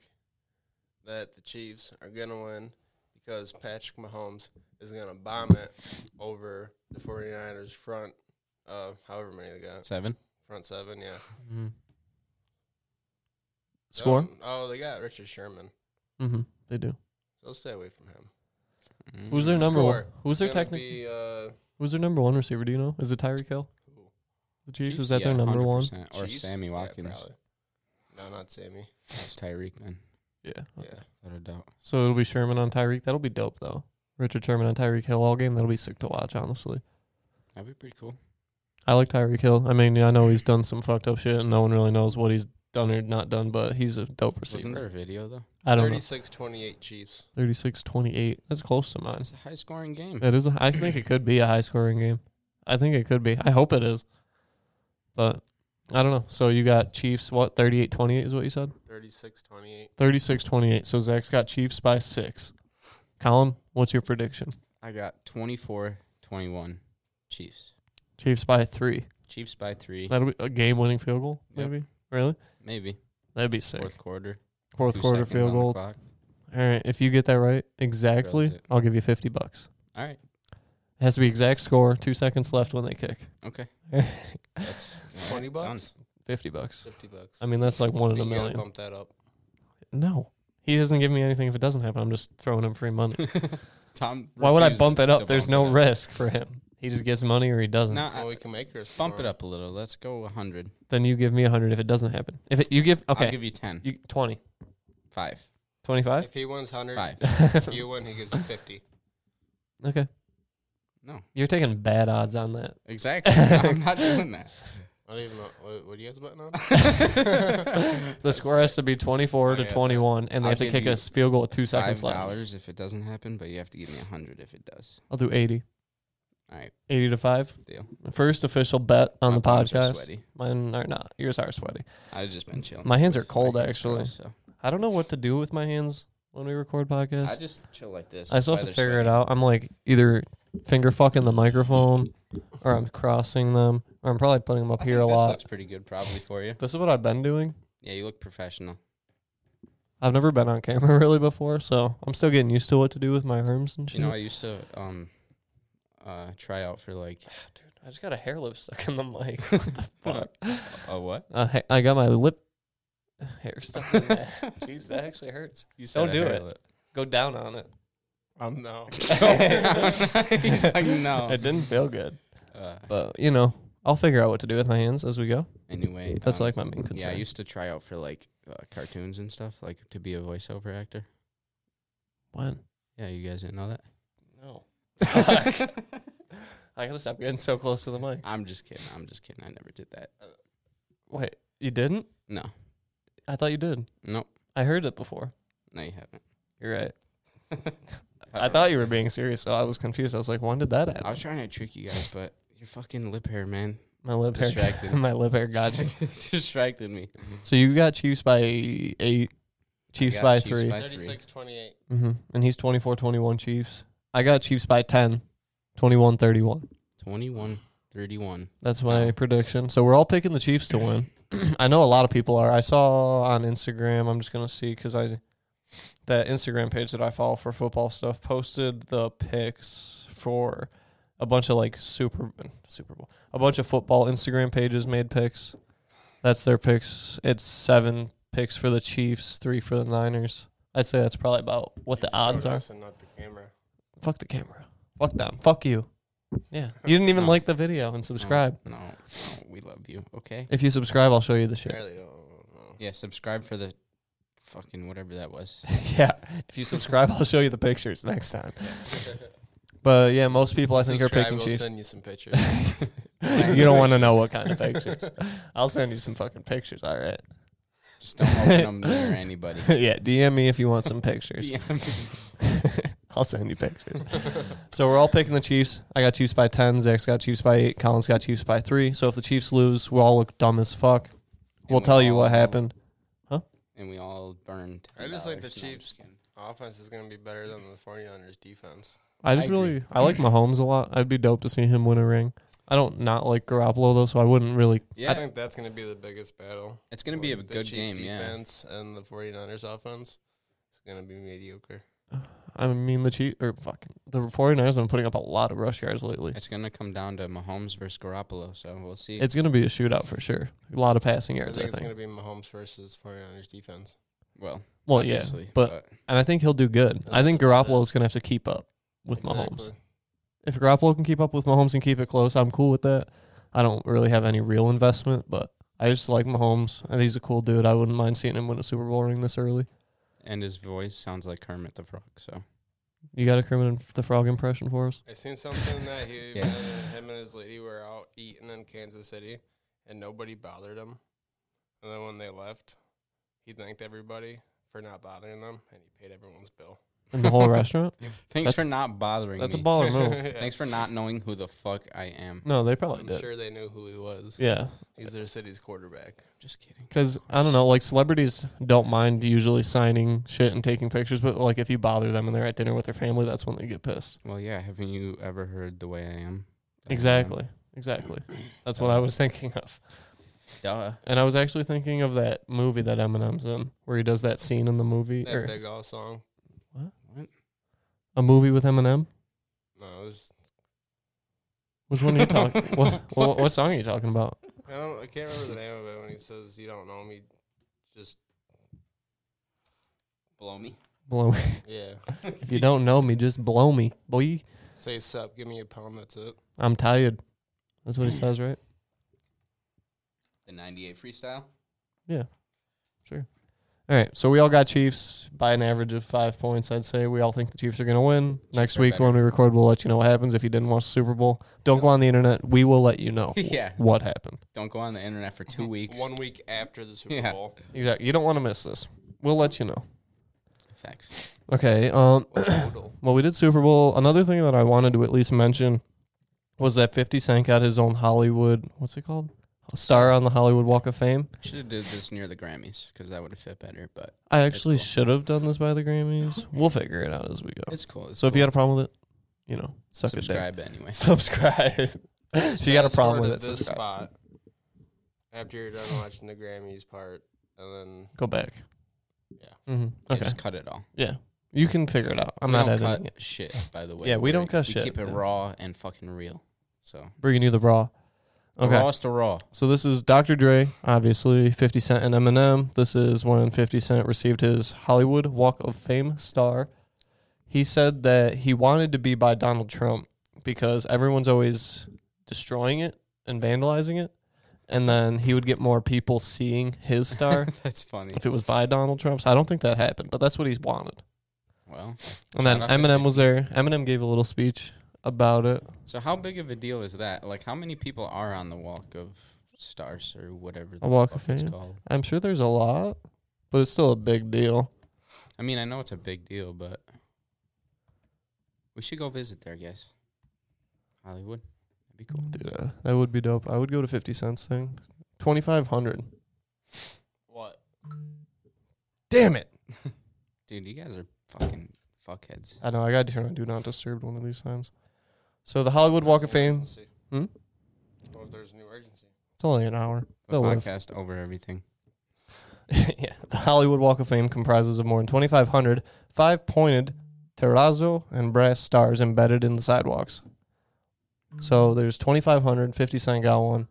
that the Chiefs are gonna win because Patrick Mahomes is gonna bomb it over the 49ers front, uh, however many they got,
Seven.
front seven, yeah. They
Score?
don't- Oh, they got Richard Sherman.
Mm-hmm. They do.
So stay away from him.
Mm.
Who's their number one?
Score.
Who's their
Gonna
technical?
be, uh,
Who's their number one receiver? Do you know? Is it Tyreek Hill?
who?
The Chiefs. Is that their number one?
Or
Chiefs?
Sammy
Yeah,
Watkins.
probably. no, not Sammy.
That's Tyreek then.
Yeah.
Yeah.
Without a doubt.
So it'll be Sherman on Tyreek. That'll be dope though. Richard Sherman on Tyreek Hill all game. That'll be sick to watch. Honestly,
That'd be pretty cool.
I like Tyreek Hill. I mean, I know he's done some fucked up shit, and no one really knows what he's done or not done, but he's a dope
Wasn't there
receiver.
a video though?
I don't know.
36 28 Chiefs.
36-28. That's close to mine.
It's a high scoring game.
It is. A, I think it could be a high scoring game. I think it could be. I hope it is. But I don't know. So you got Chiefs, what, 38 28 is what you said?
36 28.
36 28. So Zach's got Chiefs by six. Colin, what's your prediction?
I got 24 21 Chiefs.
Chiefs by three.
Chiefs by three.
That'll be a game winning field goal,
Yep.
maybe? Really?
Maybe.
That'd be sick.
Fourth quarter.
Fourth,
Two
quarter
seconds on
field
the
goal.
clock.
All right. If you get that right, exactly,
it.
I'll give you 50 bucks.
All right.
It has to be exact score, two seconds left when they kick.
Okay. That's all
20
right, done.
bucks?
50 bucks.
50 bucks.
I mean, that's like one in a
You gotta
million.
Bump that up.
No. He doesn't give me anything if it doesn't happen. I'm just throwing him free
[LAUGHS]
money.
Tom.
Why would I
refuses
bump it
to
up? There's
bump
no
it up.
risk for him. He just gets money or he doesn't.
No,
Well,
I-
we can make her
bump it up a little. Let's go 100.
Then you give me 100 if it doesn't happen. If it, you give okay,
I'll give you 10.
you 20, [LAUGHS]
5.
25?
If he wins 100,
5.
if you win, he gives you [LAUGHS] 50.
[LAUGHS] Okay.
No.
You're taking bad odds on that. [LAUGHS]
Exactly. I'm not doing that.
I don't even know. What, what do you guys button
[LAUGHS]
on?
The score has to be 24
I
to
got
21 and
I'll
they have to
give
kick
you
a field goal with 2
$5
seconds left.
dollars if it doesn't happen, but you have to give me 100 if it does.
I'll do 80.
All right.
80 to 5.
Deal.
First official bet on
My
the
palms are
podcast.
sweaty.
Mine are not. Yours are sweaty.
I've just been chilling.
My hands are cold
hands
actually.
froze, so.
I don't know what to do with my hands when we record podcasts.
I just chill like this.
I still have to figure it out. I'm like either finger fucking the microphone, or I'm crossing them, or I'm probably putting them up here a
this
lot.
looks pretty good probably for you.
this is what I've been doing.
Yeah, you look professional.
I've never been on camera [LAUGHS] really before, so I'm still getting used to what to do with my arms and
Do
shit.
you know I used to um uh try out for like
I just got a hair lip stuck in the mic.
[LAUGHS]
What the fuck?
a what?
Uh, ha- I got my lip hair stuck in [LAUGHS] there. Jeez, that actually hurts.
You
said a hair [LAUGHS] Go down on it.
Um, no.
[LAUGHS]
[LAUGHS]
He's like no.
It didn't feel good.
Uh,
But, you know, I'll figure out what to do with my hands as we go.
anyway,
That's
um,
like my main concern.
yeah. I used to try out for like uh, cartoons and stuff, like to be a voiceover actor.
When?
Yeah, you guys didn't know that.
No. [LAUGHS] I gotta stop getting so close to the mic.
I'm just kidding. I'm just kidding. I never did that.
Wait, you didn't?
No,
I thought you did.
nope.
I heard it before. [LAUGHS]
No, you haven't.
You're right. I thought you were being serious, so I was confused. I was like, when did that happen?
I was trying to trick you guys, [LAUGHS] but your fucking lip hair, [LAUGHS] man,
my lip
distracted.
hair. [LAUGHS] my lip hair got you.
distracted me.
so you got Chiefs by eight, Chiefs
got
by
Chiefs
three.
by- three.
36 28.
hmm And he's 24 21 Chiefs. I got Chiefs by 10, 21 31.
21 31.
That's my prediction. So we're all picking the Chiefs to win. [CLEARS THROAT] I know a lot of people are. I saw on Instagram. I'm just gonna see because I that Instagram page that I follow for football stuff posted the picks for a bunch of like super Super Bowl, a bunch of football Instagram pages made picks. That's their picks. It's seven picks for the Chiefs, three for the Niners. I'd say that's probably about what the odds are.
And not the camera.
Fuck the camera. Fuck them. Fuck you. Yeah, you didn't even
No.
like the video and subscribe.
No, no, we love you. Okay.
If you subscribe, I'll show you the
[LAUGHS]
shit.
Barely. Oh, no.
Yeah, subscribe for the fucking whatever that was.
yeah. If you subscribe, I'll show you the pictures next time. But yeah, most people I think are
Subscribe,
picking
we'll
Chiefs.
send you
[LAUGHS]
some pictures.
[LAUGHS] you don't want to know what kind of pictures. I'll send you some fucking pictures. All right.
Just don't open them [LAUGHS] near anybody.
yeah. DM me if you want some pictures.
Yeah.
[LAUGHS] I'll send you pictures. so we're all picking the Chiefs. I got Chiefs by ten. Zach's got Chiefs by eight. Collins got Chiefs by three. So if the Chiefs lose, we'll all look dumb as fuck. We'll
we
tell you
all
what
know.
happened.
and we all burned.
I just like the
$10. No, I'm just
Chiefs.
kidding.
Offense is going to be better than the 49ers defense.
I just
I agree.
really I like Mahomes a lot. I'd be dope to see him win a ring. I don't not like Garoppolo though, so I wouldn't really.
I
Yeah,
think that's going to be the biggest battle.
it's going to be a
The
good
Chiefs
game, yeah.
defense and the 49ers offense is going to be mediocre.
I mean the Chiefs or fucking the 49ers have been putting up a lot of rush yards lately.
It's going to come down to Mahomes versus Garoppolo, so we'll see.
It's gonna be a shootout for sure. A lot of passing
I
yards,
think
I
it's going to
think.
be Mahomes versus 49ers defense.
well,
Well, yeah,
obviously,
but and I think he'll do good. I think Garoppolo's gonna have to keep up with Mahomes.
Exactly.
If Garoppolo can keep up with Mahomes and keep it close, I'm cool with that. I don't really have any real investment, but I just like Mahomes. I think he's a cool dude. I wouldn't mind seeing him win a Super Bowl ring this early.
and his voice sounds like Kermit the Frog, so
You got a Kermit and the Frog impression for us?
I seen something that he,
[LAUGHS] Yeah.
him and his lady were out eating in Kansas City, and nobody bothered him. And then when they left, he thanked everybody for not bothering them, and he paid everyone's bill.
In the [LAUGHS] whole restaurant?
thanks
That's-
for not bothering
That's a Mm.
me.
baller move.
[LAUGHS] Yeah.
Oh, Thanks for not knowing who the fuck I am.
[LAUGHS] No, they probably
I'm
did.
sure they knew who he was.
Yeah,
He's their city's quarterback.
Just kidding.
because I don't know, like celebrities don't mind usually signing shit and taking pictures, but like if you bother them and they're at dinner with their family, that's when they get pissed.
Well, yeah. Haven't you ever heard the way I am? That I am.
Exactly, exactly. That's what I was thinking of,
Duh.
and I was actually thinking of that movie that Eminem's in, where he does that scene in the movie,
That
or
big all song.
a movie with Eminem.
No, it was,
Which one are you talking? what, what what song are you talking about?
I don't. I can't remember the name of it. When he says, "You don't know me," just
Blow me.
Blow me.
yeah.
If you don't know me, just blow me, boy.
Say sup, give me a pound. That's it.
I'm tired. That's what he says, right?
The '98 freestyle.
All right, so we all got Chiefs by an average of five points. I'd say we all think the Chiefs are going to win next
are
week
better.
when we record. We'll let you know what happens. If you didn't watch the Super Bowl, don't go on the internet. We will let you know
[LAUGHS] yeah.
what happened.
Don't go on the internet for [LAUGHS] two weeks.
One week after the Super
Yeah.
Bowl.
Exactly. You don't want to miss this. We'll let you know.
Facts.
Okay. Um.
Total.
[CLEARS THROAT] Well, we did Super Bowl. Another thing that I wanted to at least mention was that Fifty Cent got his own Hollywood. What's it called? Star on the Hollywood Walk of Fame.
Should have did this near the Grammys because that would have fit better. But
I actually
cool.
should have done this by the Grammys. We'll figure it out as we go.
it's cool. It's
Oh. So if
cool.
you had a problem with it, you know, suck it down.
subscribe anyway.
subscribe. if you got a
Fast
problem with
forward
it,
to this
subscribe.
spot after you're done watching the Grammys part, and then
Go back.
Yeah.
hmm
Yeah,
Okay.
Just cut it all.
Yeah. You can figure it out. I'm
We
not
don't
editing
cut
it.
shit. By the way.
Yeah, we
We're-
don't cut
we
shit.
Keep it
Yeah.
raw and fucking real. So
Bringing you the raw.
the
Okay.
rawest to
[LAUGHS]
raw. [LAUGHS]
So this is Dr. Dre, obviously 50 Cent and Eminem. This is when 50 Cent received his Hollywood Walk of Fame star. He said that he wanted to be by Donald Trump because everyone's always destroying it and vandalizing it. And then he would get more people seeing his [LAUGHS] star
That's funny.
if it was by Donald Trump. So I don't think that happened, but that's what he's wanted.
Well,
And then
Shout out to
Eminem was there. Eminem gave a little speech about it.
so how big of a deal is that? Like, how many people are on the Walk of Stars or whatever the
Walk of
fuck it's
Fame?
called?
I'm sure there's a lot, but it's still a big deal.
I mean, I know it's a big deal, but We should go visit there, guys. Hollywood. That'd be cool.
Dude, uh, that would be dope. I would go to 50 cents thing. 2500.
What?
Damn it.
Dude, you guys are fucking fuckheads.
I know. I got to turn on Do Not Disturb one of these times. So the Hollywood Walk of Fame.
Emergency.
Hmm?
What if there's an emergency?
It's only an hour.
The
They'll live.
podcast over everything.
[LAUGHS] yeah. The Hollywood Walk of Fame comprises of more than 2,500 five pointed terrazzo and brass stars embedded in the sidewalks. So there's 2,500, 50 Cent got one.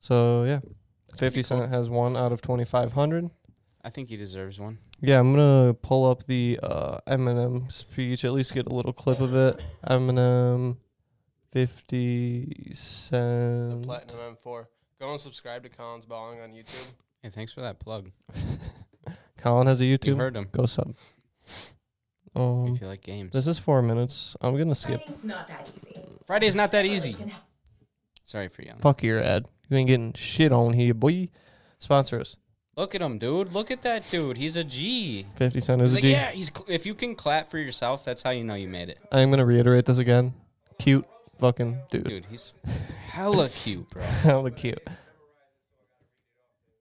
So yeah, 50 Cent has one out of 2,500.
I think he deserves one.
Yeah, I'm gonna pull up the uh, Eminem speech. At least get a little clip of it. Eminem, fifty
The
cent.
Platinum M4. Go and subscribe to Collins Balling on YouTube.
Hey, thanks for that plug.
Colin has a
You
YouTube.
heard him.
Go sub.
If
Um,
you like games.
this is four minutes. I'm gonna skip.
Fighting's not that easy.
Friday's not that
But it
easy.
can
Sorry for yelling.
Fuck your ad. You ain't getting shit on here, boy. Sponsor us.
Look at him, dude. Look at that dude. He's a G.
Fifty cent
He's
is a
like,
G.
yeah, he's cl- if you can clap for yourself, that's how you know you made it.
I'm gonna reiterate this again. Cute fucking dude. [LAUGHS]
Dude, he's hella cute, bro. I
Hella cute.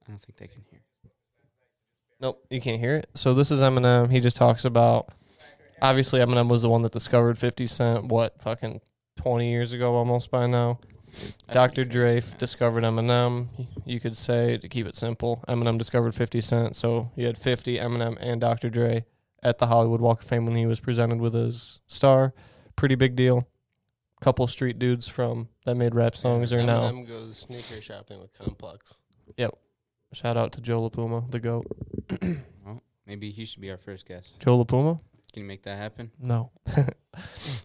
don't think they can hear.
Nope, you can't hear it. So this is Eminem. He just talks about obviously Eminem was the one that discovered 50 Cent. What fucking 20 years ago, almost by now.
That's
Dr.
pretty
Dre
crazy,
f-
man.
discovered Eminem. You could say to keep it simple, Eminem discovered 50 Cent. So you had 50 Eminem and Dr. Dre at the Hollywood Walk of Fame when he was presented with his star. Pretty big deal. Couple street dudes from that made rap songs are now.
Eminem goes sneaker shopping with Complex.
Shout out to Joe LaPuma, the goat.
Maybe he should be our first guest.
Joe LaPuma?
Can you make that happen?
No. [LAUGHS]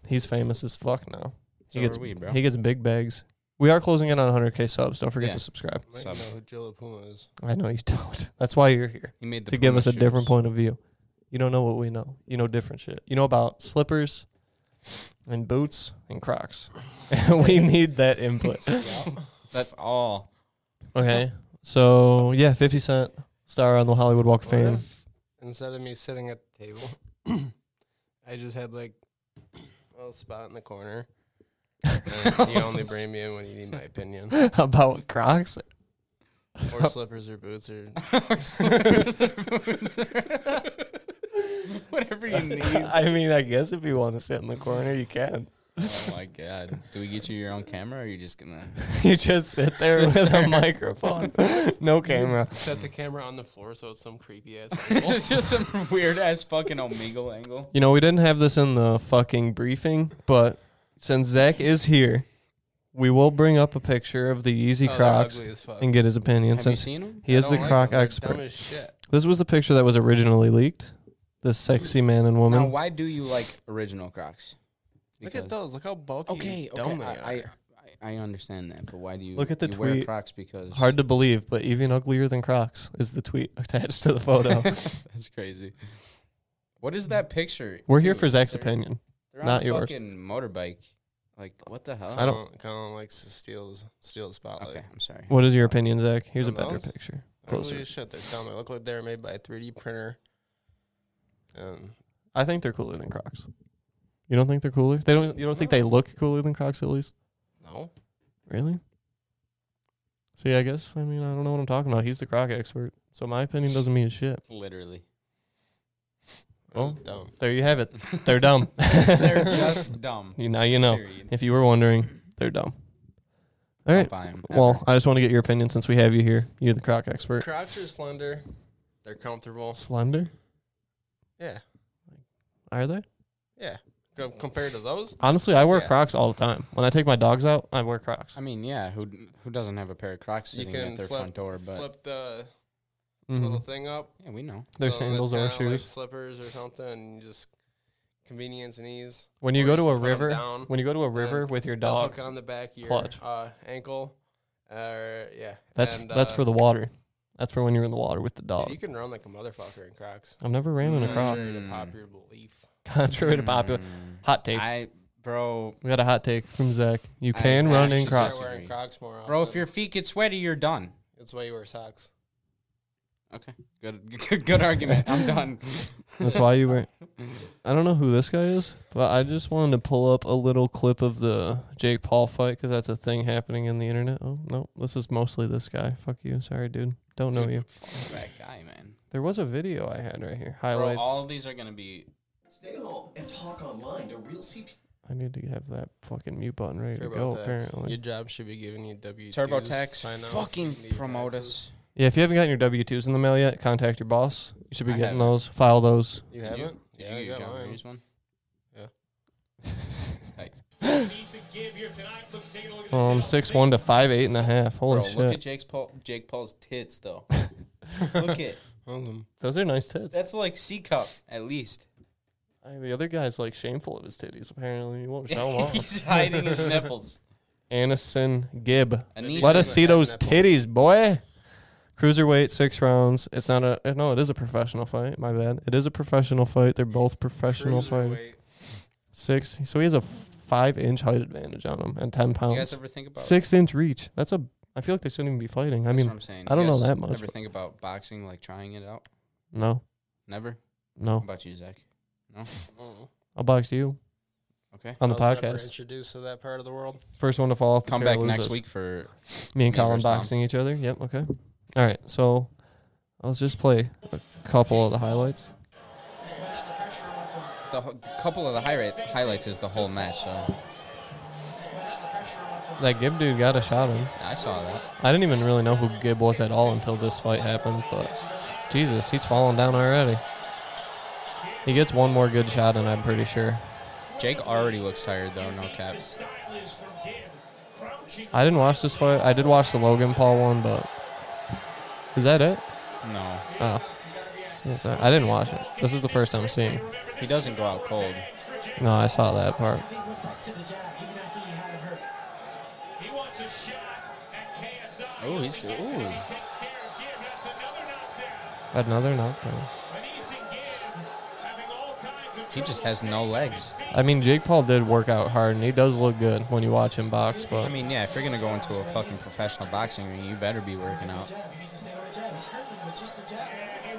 He's famous as fuck now.
So
gets-
are we, bro.
He gets big bags. We are closing in on 100k subs. Don't forget
Yeah.
to subscribe.
I
Sub.
know who Jill Puma is.
I know you [LAUGHS] don't. That's why you're here
He made the
to give
Puma
us a
shoes.
different point of view. You don't know what we know. You know different shit. You know about slippers and boots and Crocs. [LAUGHS] we need that input.
That's all. [LAUGHS]
okay. So yeah, 50 Cent star on the Hollywood Walk of
What
Fame.
if instead of me sitting at the table, [COUGHS] I just had like a little spot in
[LAUGHS]
the corner. And you only bring me in when you need my opinion.
[LAUGHS] about Crocs. [LAUGHS]
Or slippers or boots or
Our slurs are boots.
[LAUGHS]
Whatever you need.
I mean, I guess if you want to sit in the corner, you can.
Oh my
[LAUGHS]
god. Do we get you your own camera or are you just gonna [LAUGHS]
You just sit there
Sit
with a
there.
microphone, no camera.
set the camera on the floor so it's some
[LAUGHS]
creepy ass angle.
It's just some weird ass fucking omegle angle.
You know, we didn't have this in the fucking briefing, but since Zach is here, we will bring up a picture of the Yeezy
Oh, they're
Crocs
ugly as fuck.
and get his opinion.
Have you
since
seen him?
he
I
is the
don't like
Croc
them. They're
expert.
Dumb as shit.
This was the picture that was originally leaked. The sexy man and woman.
Now why do you like original Crocs?
Look at
Because-
those. Look how bulky.
Okay,
and dumb
okay.
they
I, I
are.
I I understand that, but why do you
Look at the
you wear
tweet.
Crocs because [LAUGHS]
Hard to believe, but even uglier than Crocs is the tweet [LAUGHS] attached to the photo.
[LAUGHS] That's crazy. What is that picture?
We're here
too?
for Zach's
They're-
opinion.
They're on
not
a
yours.
Fucking motorbike. Like what the hell?
I don't-
Colin likes to steal his- steal the spotlight.
Okay, I'm sorry.
What is your opinion, Zach? Here's a
Dumbbells?
better picture.
Ugly
Closer.
as shit. They're dumb. They look like they were made by a 3D printer. Um,
I think they're cooler than Crocs. You don't think they're cooler? They don't. You don't think they look cooler than Crocs, at least?
no.
Really? See, I guess I mean I don't know what I'm talking about. He's the Croc expert, so my opinion doesn't mean shit.
Literally.
They're
Well.
just dumb.
There you have it. They're dumb.
[LAUGHS]
[LAUGHS]
They're just dumb.
You now you know.
Period.
If you were wondering, they're dumb. All
Don't
right.
buy 'em,
Well,
ever.
I just want to get your opinion since we have you here. You're the Croc expert.
Crocs are slender. They're comfortable.
Slender?
Yeah.
Are they?
Yeah. Co- compared to those,
Honestly, I wear
Yeah.
Crocs all the time. When I take my dogs out, I wear Crocs.
I mean, yeah, who who doesn't have a pair of Crocs
you
sitting
can
at their
flip,
front door? But
flip the
hmm
little thing up.
yeah, we know.
They're
so that's
sandals or
kinda
shoes.
Like slippers or something. And just convenience and ease.
when you
or
go
you
to a
can put 'em
river,
down
when you go to a river with your
The
dog,
Hook on the back of your
Clutch.
Uh, ankle. Uh, yeah.
that's
And,
that's
uh,
for the water. That's for when you're in the water with the
dude,
dog.
You can run like a motherfucker in Crocs.
I've never ran in a Croc.
Contrary to
Mm.
popular belief.
[LAUGHS] Contrary to popular
Mm,
hot take.
I bro,
we got a hot take from Zach. You
I-
can
I
run
actually
in
You should start
[LAUGHS] Crocs.
wearing Crocs more often.
bro, if your feet get sweaty, you're done.
that's why you wear socks.
[LAUGHS]
[LAUGHS]
Okay, good, good, good argument. I'm done. [LAUGHS]
That's why you wear. I don't know who this guy is, but I just wanted to pull up a little clip of the Jake Paul fight because that's a thing happening in the internet. Oh no, this is mostly this guy. Fuck you, sorry, dude. Don't know
Dude,
you.
fuck that guy, man.
There was a video I had right here.
Bro,
Highlights.
all of these are gonna be
Stay home and talk online. The real CP.
I need to have that fucking mute button ready to go.
TurboTax.
Apparently.
Your job should be giving you W.
TurboTax. Fucking promote us.
yeah. If you haven't gotten your W twos in the mail yet, contact your boss. You should be
I
getting
haven't.
those.
[LAUGHS]
File those.
You haven't?
Did you get your
I got
John
mine.
Ray's one?
Um, six one to five eight and a half. Holy
Bro, look at
shit.
Jake's Paul, Jake Paul's tits
[LAUGHS]
though. look at
Hold on.
Those are nice tits.
that's like C cup at least.
I, the other guy's like shameful of his titties. Apparently,
[LAUGHS]
he won't show 'em off.
He's hiding his nipples.
Anison Gibb.
Anissa
Let
Gibb.
us see those
Nipples.
titties, boy. Cruiserweight, six rounds. It's not a oh, no. It is a professional fight. My bad. It is a professional fight. They're both professional fighters.
Cruiserweight.
Six. So he has a five-inch height advantage on him and ten
You guys
pounds.
ever think about
Six-inch reach. That's a. I feel like they shouldn't even be fighting. I
That's what
mean,
I'm saying.
I don't
You
know
guys
that much,
Ever
but-
think about boxing, like trying it out?
no,
Never. How
no.
about you, Zach? No.
Oh.
I'll box you
Okay.
on the
I was never
podcast.
Introduced to that part of the world.
First one to fall off. The
Come
chair
back next
loses.
week for
Me
Me
and Colin
versus Tom.
boxing each other. Yep. Okay. All right. So I'll just play a couple of the highlights.
the whole- couple of the highlight highlights is the whole match. So
That Gibb dude got a shot in.
I saw that.
I didn't even really know who Gibb was at all until this fight happened, but Jesus, he's falling down already. He gets one more good shot, and I'm pretty sure.
Jake already looks tired though. No cap.
I didn't watch this fight. I did watch the Logan Paul one, but is that it?
No,
Oh, So sorry. I didn't watch it. This is the first I'm seeing.
he doesn't go out cold.
No, I saw that part.
Oh, he's ooh.
Another knockdown.
He just has no legs.
I mean, Jake Paul did work out hard, and he does look good when you watch him box. But
I mean, yeah, if you're gonna go into a fucking professional boxing ring, you better be working out.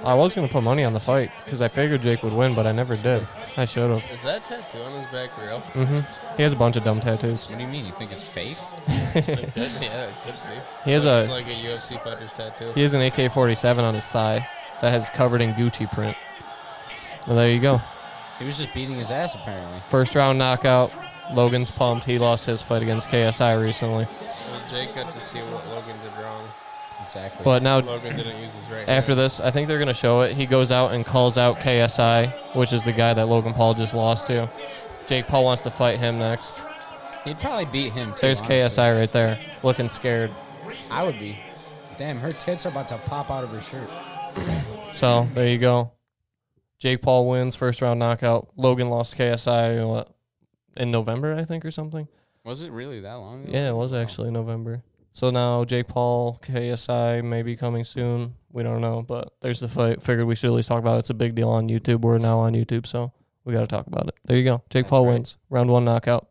I was gonna put money on the fight because I figured Jake would win, but I never did. I should have.
Is that tattoo on his back
[LAUGHS]
real?
hmm He has a bunch of dumb tattoos.
What do you mean? You think it's fake?
It could be, yeah, it could be.
He has
Looks
a-
like a UFC fighter's tattoo.
He has an AK-47 on his thigh that has covered in Gucci print. Well, there you go.
He was just beating his ass apparently.
First round knockout. Logan's pumped. He lost his fight against KSI recently,
Well, Jake got to see what Logan did wrong.
Exactly.
but now
Logan didn't use his right
after
hand.
this, I think they're gonna show it. He goes out and calls out KSI, which is the guy that Logan Paul just lost to. Jake Paul wants to fight him next.
he'd probably beat him too.
There's
honestly.
KSI right there, looking scared.
I would be. Damn, her tits are about to pop out of her shirt.
So there you go. Jake Paul wins first round knockout. Logan lost to KSI what, in November, I think, or something.
Was it really that long? ago?
Yeah, it was
Oh.
actually November. So now Jake Paul, KSI may be coming soon. We don't know, but there's the fight. Figured we should at least talk about it. It's a big deal on YouTube. We're now on YouTube, so we got to talk about it. There you go. Jake
That's
Paul
right.
wins round one knockout.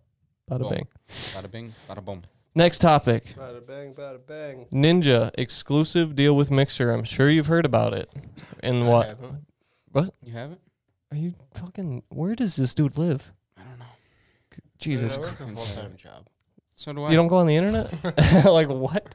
Bada
Boom.
bing.
Bada bing, bada boom.
Next topic.
Bada bang, bada bang.
Ninja exclusive deal with Mixer. I'm sure you've heard about it. In
I
what?
haven't.
You have it?
Are you fucking? Where does this dude live?
I don't know.
Jesus.
Dude, I
Christ.
work a full-time job.
So do I.
You don't go on the internet?
[LAUGHS]
[LAUGHS] like what?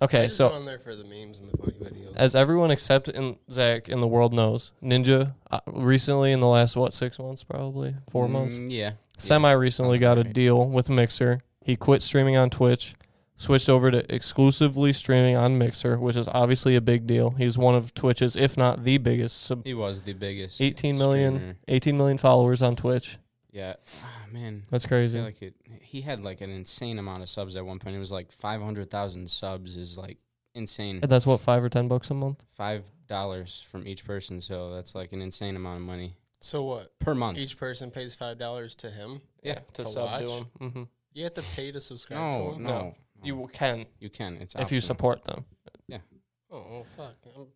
I
Okay,
just
so
go on there for the memes and the funny videos.
as everyone except in Zach in the world knows, Ninja uh, recently in the last what six months probably four months
Mm, yeah.
semi recently
sounds
got a
about right.
deal with Mixer. He quit streaming on Twitch, switched over to exclusively streaming on Mixer, which is obviously a big deal. He's one of Twitch's, if not the biggest, sub-
He was the biggest.
18 million,
streamer.
18 million followers on Twitch.
Yeah. Ah, man.
That's
I feel
crazy.
like it, he had like an insane amount of subs at one point. It was like 500,000 subs is like insane.
And that's what five or ten bucks a month.
Five dollars from each person, so that's like an insane amount of money
so what?
per month.
Each person pays five dollars to him.
Yeah,
to sub to watch? him.
Mm-hmm.
You have to pay to subscribe.
no,
to him?
no, no,
You can
you can. It's
if you
optional.
support them.
Oh fuck! I'm-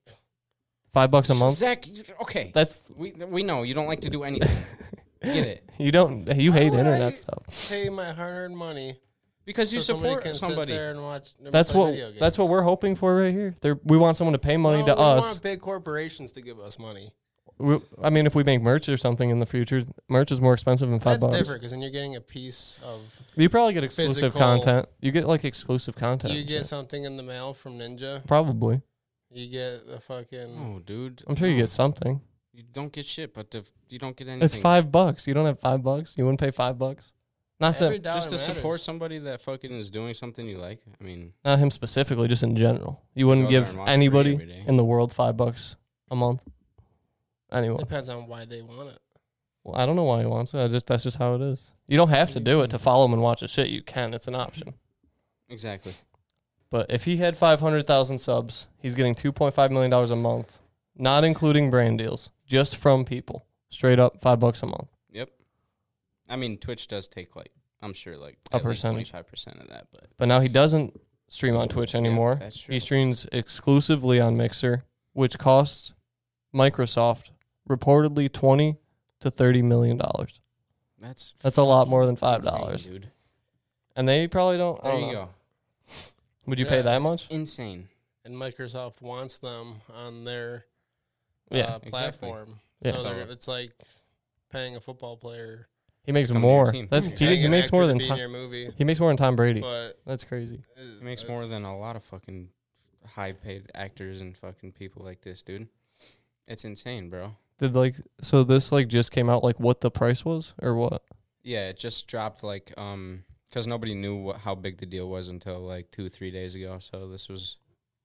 Five bucks a month.
Zach, you- okay,
That's
we we know you don't like to do anything.
[LAUGHS]
Get it?
you don't you hate
would
internet
I-
stuff.
pay my hard-earned money
Because you
so somebody
support
can
somebody.
sit there and watch. and
That's
play
what
video games.
that's what we're hoping for right here. They're, we want someone to pay money
No,
to
we
us.
want big corporations to give us money.
We, I mean, if we make merch or something in the future, merch is more expensive than five
That's
dollars.
different because then you're getting a piece of
You probably get exclusive
Physical-
content. You get like exclusive content.
you
and
get
shit.
something in the mail from Ninja.
probably.
You get the fucking
Hmm.
No, dude.
I'm sure you
no.
get something.
You don't get shit, but the, you don't get anything.
It's five bucks. You don't have five bucks. You wouldn't pay five bucks. Not
every
him,
dollar
Just to support
matters.
somebody that fucking is doing something you like. I mean,
not him specifically, just in general. You wouldn't
Go there
give
and watch free
anybody
every day.
in the world five bucks a month. Anyone?
Depends on why they want it.
Well, I don't know why he wants it. I just that's just how it is. You don't have to do it to follow him and watch his shit. You can. It's an option.
exactly.
But if he had 500,000 subs, he's getting 2.5 million dollars a month, not including brand deals, just from people. Straight up 5 bucks a month.
Yep. I mean, Twitch does take like I'm sure like
A percentage.
twenty five percent of that, but
But now he doesn't stream on Twitch anymore.
that's true.
he streams exclusively on Mixer, which costs Microsoft reportedly 20 to 30 million dollars.
that's
That's a lot
fucking
more than
insane,
$5.
dude.
And they probably don't, I
There
don't
you
know.
go.
Would you
Yeah,
pay that
it's-
much?
Insane.
And Microsoft wants them on their
Yeah.
uh, platform.
Yeah.
So they're,
So-
it's like paying a football player.
He makes
Come to your
more.
team. [LAUGHS]
That's
Yeah.
he,
paying
he
an
makes
actor
more
to
than
be in
Tom,
your movie,
he makes more than Tom Brady.
but
That's crazy.
It makes more
it's-
than a lot of fucking high paid actors and fucking people like this, dude. It's insane, bro.
Did like so this like just came out like what the price was or what?
Yeah, it just dropped like um because nobody knew what, how big the deal was until like two three days ago. So this was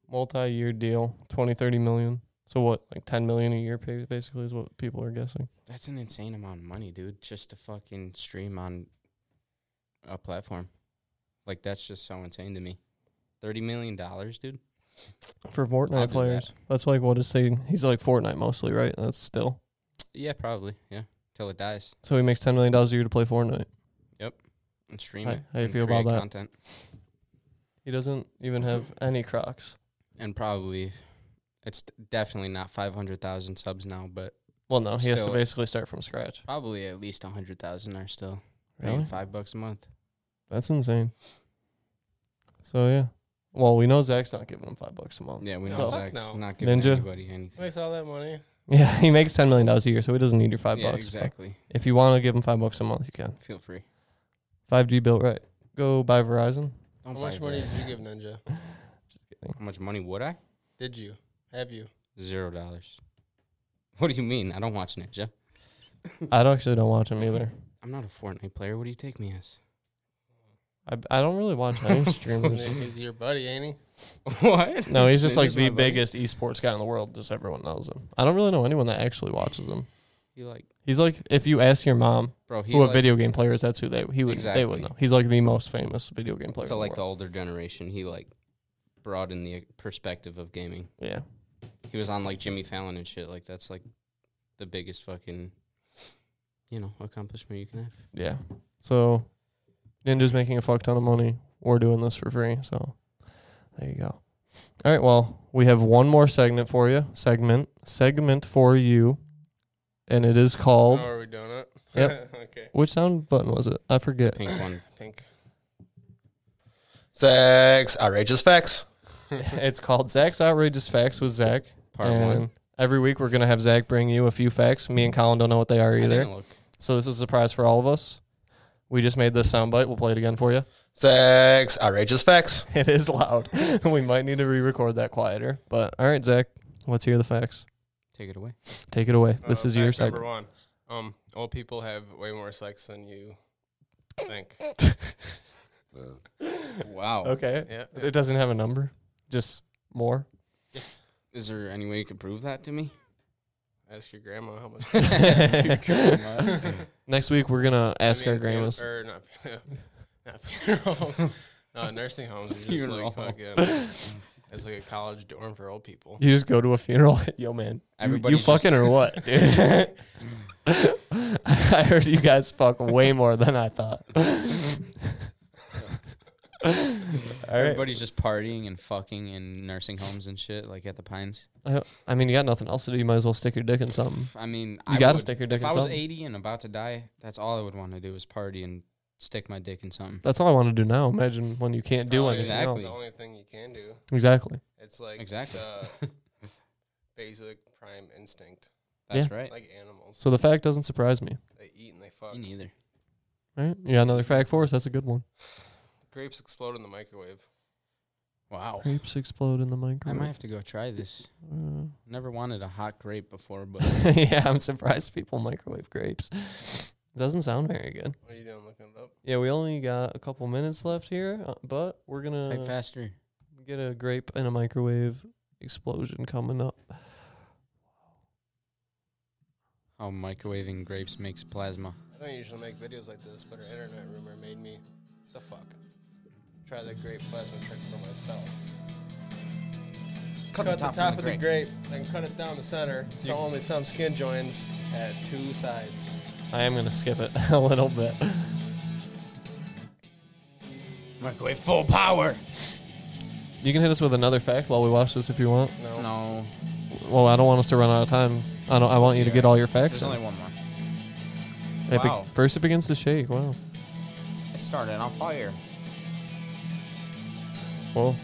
multi-year deal, 20, 30 million. So what, like 10 million a year pay- basically is what people are guessing.
that's an insane amount of money, dude. Just to fucking stream on a platform like that's just so insane to me. Thirty million dollars, dude.
For
I'll
Fortnite
do
players. That's like what his thing. He's like Fortnite mostly, right? That's still.
Yeah, probably. Yeah, till it dies
So he makes $10 million a year to play Fortnite.
and stream
How-
it.
how you
and
feel about
create
that?
Content
He doesn't even have any Crocs.
and probably it's definitely not five hundred thousand subs now, but
Well, no, he has to
Still-
basically start from scratch.
probably at least a hundred thousand are still paying
Really?
five bucks a month.
That's insane. So yeah. Well, we know Zach's not giving him five bucks a month.
Yeah, we
No,
know
fuck
Zach's
no.
not giving
Ninja?
anybody anything.
Makes all that money.
[LAUGHS] Yeah, he makes ten million dollars a year, so he doesn't need your five
yeah,
bucks. but
exactly.
If you want to give him five bucks a month, you can.
Feel free.
Five G built right. Go buy Verizon.
Don't
How
buy
much money
bread.
did you give Ninja?
How much money would I?
Did you?
[LAUGHS]
Have you?
Zero dollars. [LAUGHS] What do you mean? I don't watch Ninja.
I don't actually don't watch him either.
I'm not a Fortnite player. What do you take me as? [LAUGHS]
I, I don't really watch any streamers.
He's your buddy, ain't he?
what?
No, he's just like
Ninja's
the
my buddy.
biggest esports guy in the world. Just everyone knows him. I don't really know anyone that actually watches him.
You like,
He's like if you ask your mom
bro? He's
who a
like,
video game player is, that's who they he would they would
Exactly.
know. He's like the most famous video game player.
to
in
like the
the world.
older generation. He like broadened the perspective of gaming.
yeah.
He was on like Jimmy Fallon and shit. Like that's like the biggest fucking, you know, accomplishment you can have.
Yeah. So Ninja's making a fuck ton of money. We're doing this for free. So there you go. All right, well, we have one more segment for you. Segment. Segment for you. And it is called
Oh, are we doing it?
Yep.
[LAUGHS] okay.
which sound button was it? I forget.
Pink
[COUGHS]
one.
Pink.
Sex, outrageous facts.
[LAUGHS] it's called Zach's Outrageous Facts with Zach.
Part
and
one.
Every week we're gonna have Zach bring you a few facts. Me and Colin don't know what they are
I didn't
either.
Look.
So this is a surprise for all of us. We just made this soundbite. We'll play it again for you.
Sex, outrageous facts.
[LAUGHS] It is loud. we might need to re-record that quieter. But all right, Zach, let's hear the facts.
Take it away.
Take it
Oh,
away. This
Uh,
is your
fact number
segment.
one. Um, old people have way more sex than you think.
Wow.
[LAUGHS] Okay.
Yeah.
It doesn't have a number. Just more.
Is there any way you can prove that to
[LAUGHS]
me? [LAUGHS]
Ask your grandma how much.
Next week we're gonna [LAUGHS] ask
I mean,
our grandmas.
funer- Or not, [LAUGHS] not funeral homes. No, nursing homes are just
Funeral.
like
[LAUGHS]
fucking. It's like a college dorm for old people.
You just go to a funeral. [LAUGHS] Yo, man. You, you
Everybody's
fucking
[LAUGHS]
or what, dude? [LAUGHS] I heard you guys fuck way more than
[LAUGHS]
I thought. [LAUGHS] All right.
Everybody's just partying and fucking in nursing homes and shit, like at the Pines.
I, don't, I mean, you got nothing else to do. You might as well stick your dick in something.
I mean,
You
I
gotta
would-
stick your
If
dick in
I was
something.
80 and about to die, that's all I would want to do is party and stick my dick in something.
That's all I want to do now. Imagine when you can't do
Probably
anything
Oh, exactly.
else.
The only thing you can do.
Exactly.
It's like
uh, [LAUGHS] Exactly.
the basic prime instinct.
That's right.
Like animals.
So the fact doesn't surprise me.
They eat and they fuck.
Me neither.
Right? You got another fact for us? That's a good one.
Grapes explode in the microwave.
[LAUGHS]
Wow.
Grapes explode in the
I might
microwave.
have to go try this.
Uh, [LAUGHS]
Never wanted a hot grape before, but
yeah, I'm surprised people microwave grapes. Doesn't sound very good.
What are you doing looking it up?
Yeah, we only got a couple minutes left here, uh, but we're
type
gonna
faster.
get a grape and a microwave explosion coming up.
How microwaving grapes makes plasma.
I don't usually make videos like this, but our internet rumor made me. The fuck. Try the grape plasma trick for myself. Cut, the top, of the grape, then cut it down the center, so only some skin joins at two sides.
I am gonna skip it [LAUGHS] a little bit.
Microwave full power.
You can hit us with another fact while we watch this if you want.
No.
No,
Well, I don't want us to run out of time. I don't. I want you to get all your facts.
there's only
in.
one more.
It be-
Wow.
first, it begins to shake. Wow.
It started on fire. [LAUGHS]
Whoa,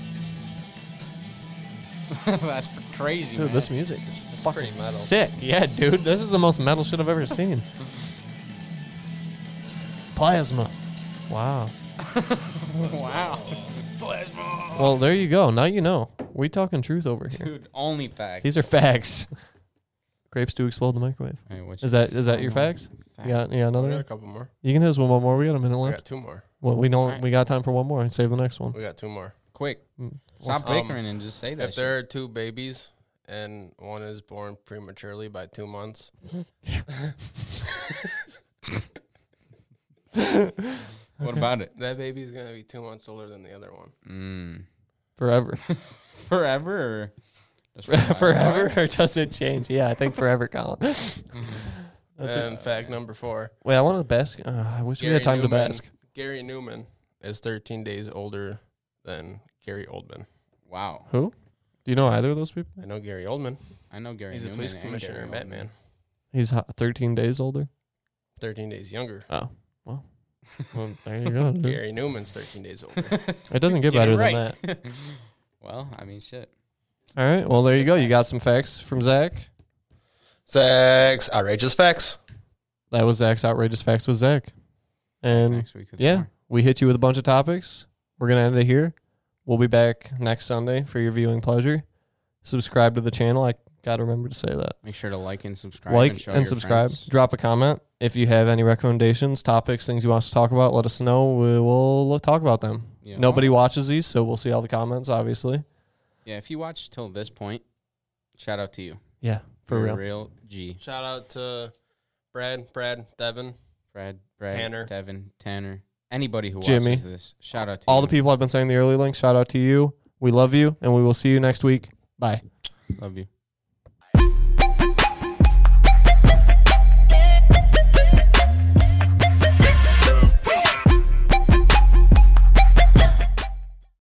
That's pr- crazy.
dude,
man.
this music is fucking
pretty metal.
sick. Yeah, dude, this is the most metal shit I've ever seen. Plasma. Wow.
Wow. Plasma.
Well, there you go. Now you know. We talking truth over here.
Dude, only fact.
These are facts. Grapes do explode in the microwave.
All right, what's
Is that is that your
Oh,
facts?
fact?
You got, you got
We
another?
got a
one?
couple more.
You can hit us with one more. We got a minute
We
left.
got two more.
Well, we know
Alright.
we got time for one more. and Save the next one.
We got two more.
Quick,
Mm.
stop
Um,
bickering and just say that.
If there are two babies and one is born prematurely by two months,
shit. What [LAUGHS] about it?
that baby's gonna be two months older than the other one.
Mm.
Forever,
[LAUGHS] Forever. Or just for a while?
forever, [LAUGHS] or does it change? Yeah, I think forever, Colin. That's it.
and fact number four.
Wait, I want to bask. Uh, I wish we had
Gary
time to
Newman.
bask.
Gary Newman is 13 days older than Gary Oldman.
Wow.
Who? Do you know either of those people?
I know Gary Oldman.
I know Gary
He's a
Newman.
police
and
commissioner
Gary
in
Oldman.
Batman.
He's ho- 13 days older.
13 days younger.
Oh, well, well there
[LAUGHS]
you go. dude.
Gary Newman's 13 days older.
It doesn't get
Get
better
it
than that.
right. Well, I mean, shit.
All right. Well, there you go. You got some facts from Zach.
Sex, outrageous facts.
That was Zach's outrageous facts with Zach. And
Next week with
yeah,
more.
we hit you with a bunch of topics. We're gonna end it here. We'll be back next Sunday for your viewing pleasure. Subscribe to the channel. I gotta remember to say that.
Make sure to like and subscribe.
like
and, show
and
your
subscribe.
friends.
Drop a comment if you have any recommendations, topics, things you want us to talk about. Let us know. We will look, talk about them.
Yeah.
Nobody watches these, so we'll see all the comments. Obviously,
Yeah, if you watched till this point, shout out to you.
yeah, for
You're a
real.
Real G.
Shout out to Brad, Brad, Devin,
Brad, Brad,
Tanner.
Devin, Tanner, anybody who
Jimmy.
watches this. Shout out to
All
you.
the people I've been saying the early links. Shout out to you. We love you, and we will see you next week. Bye.
Love you.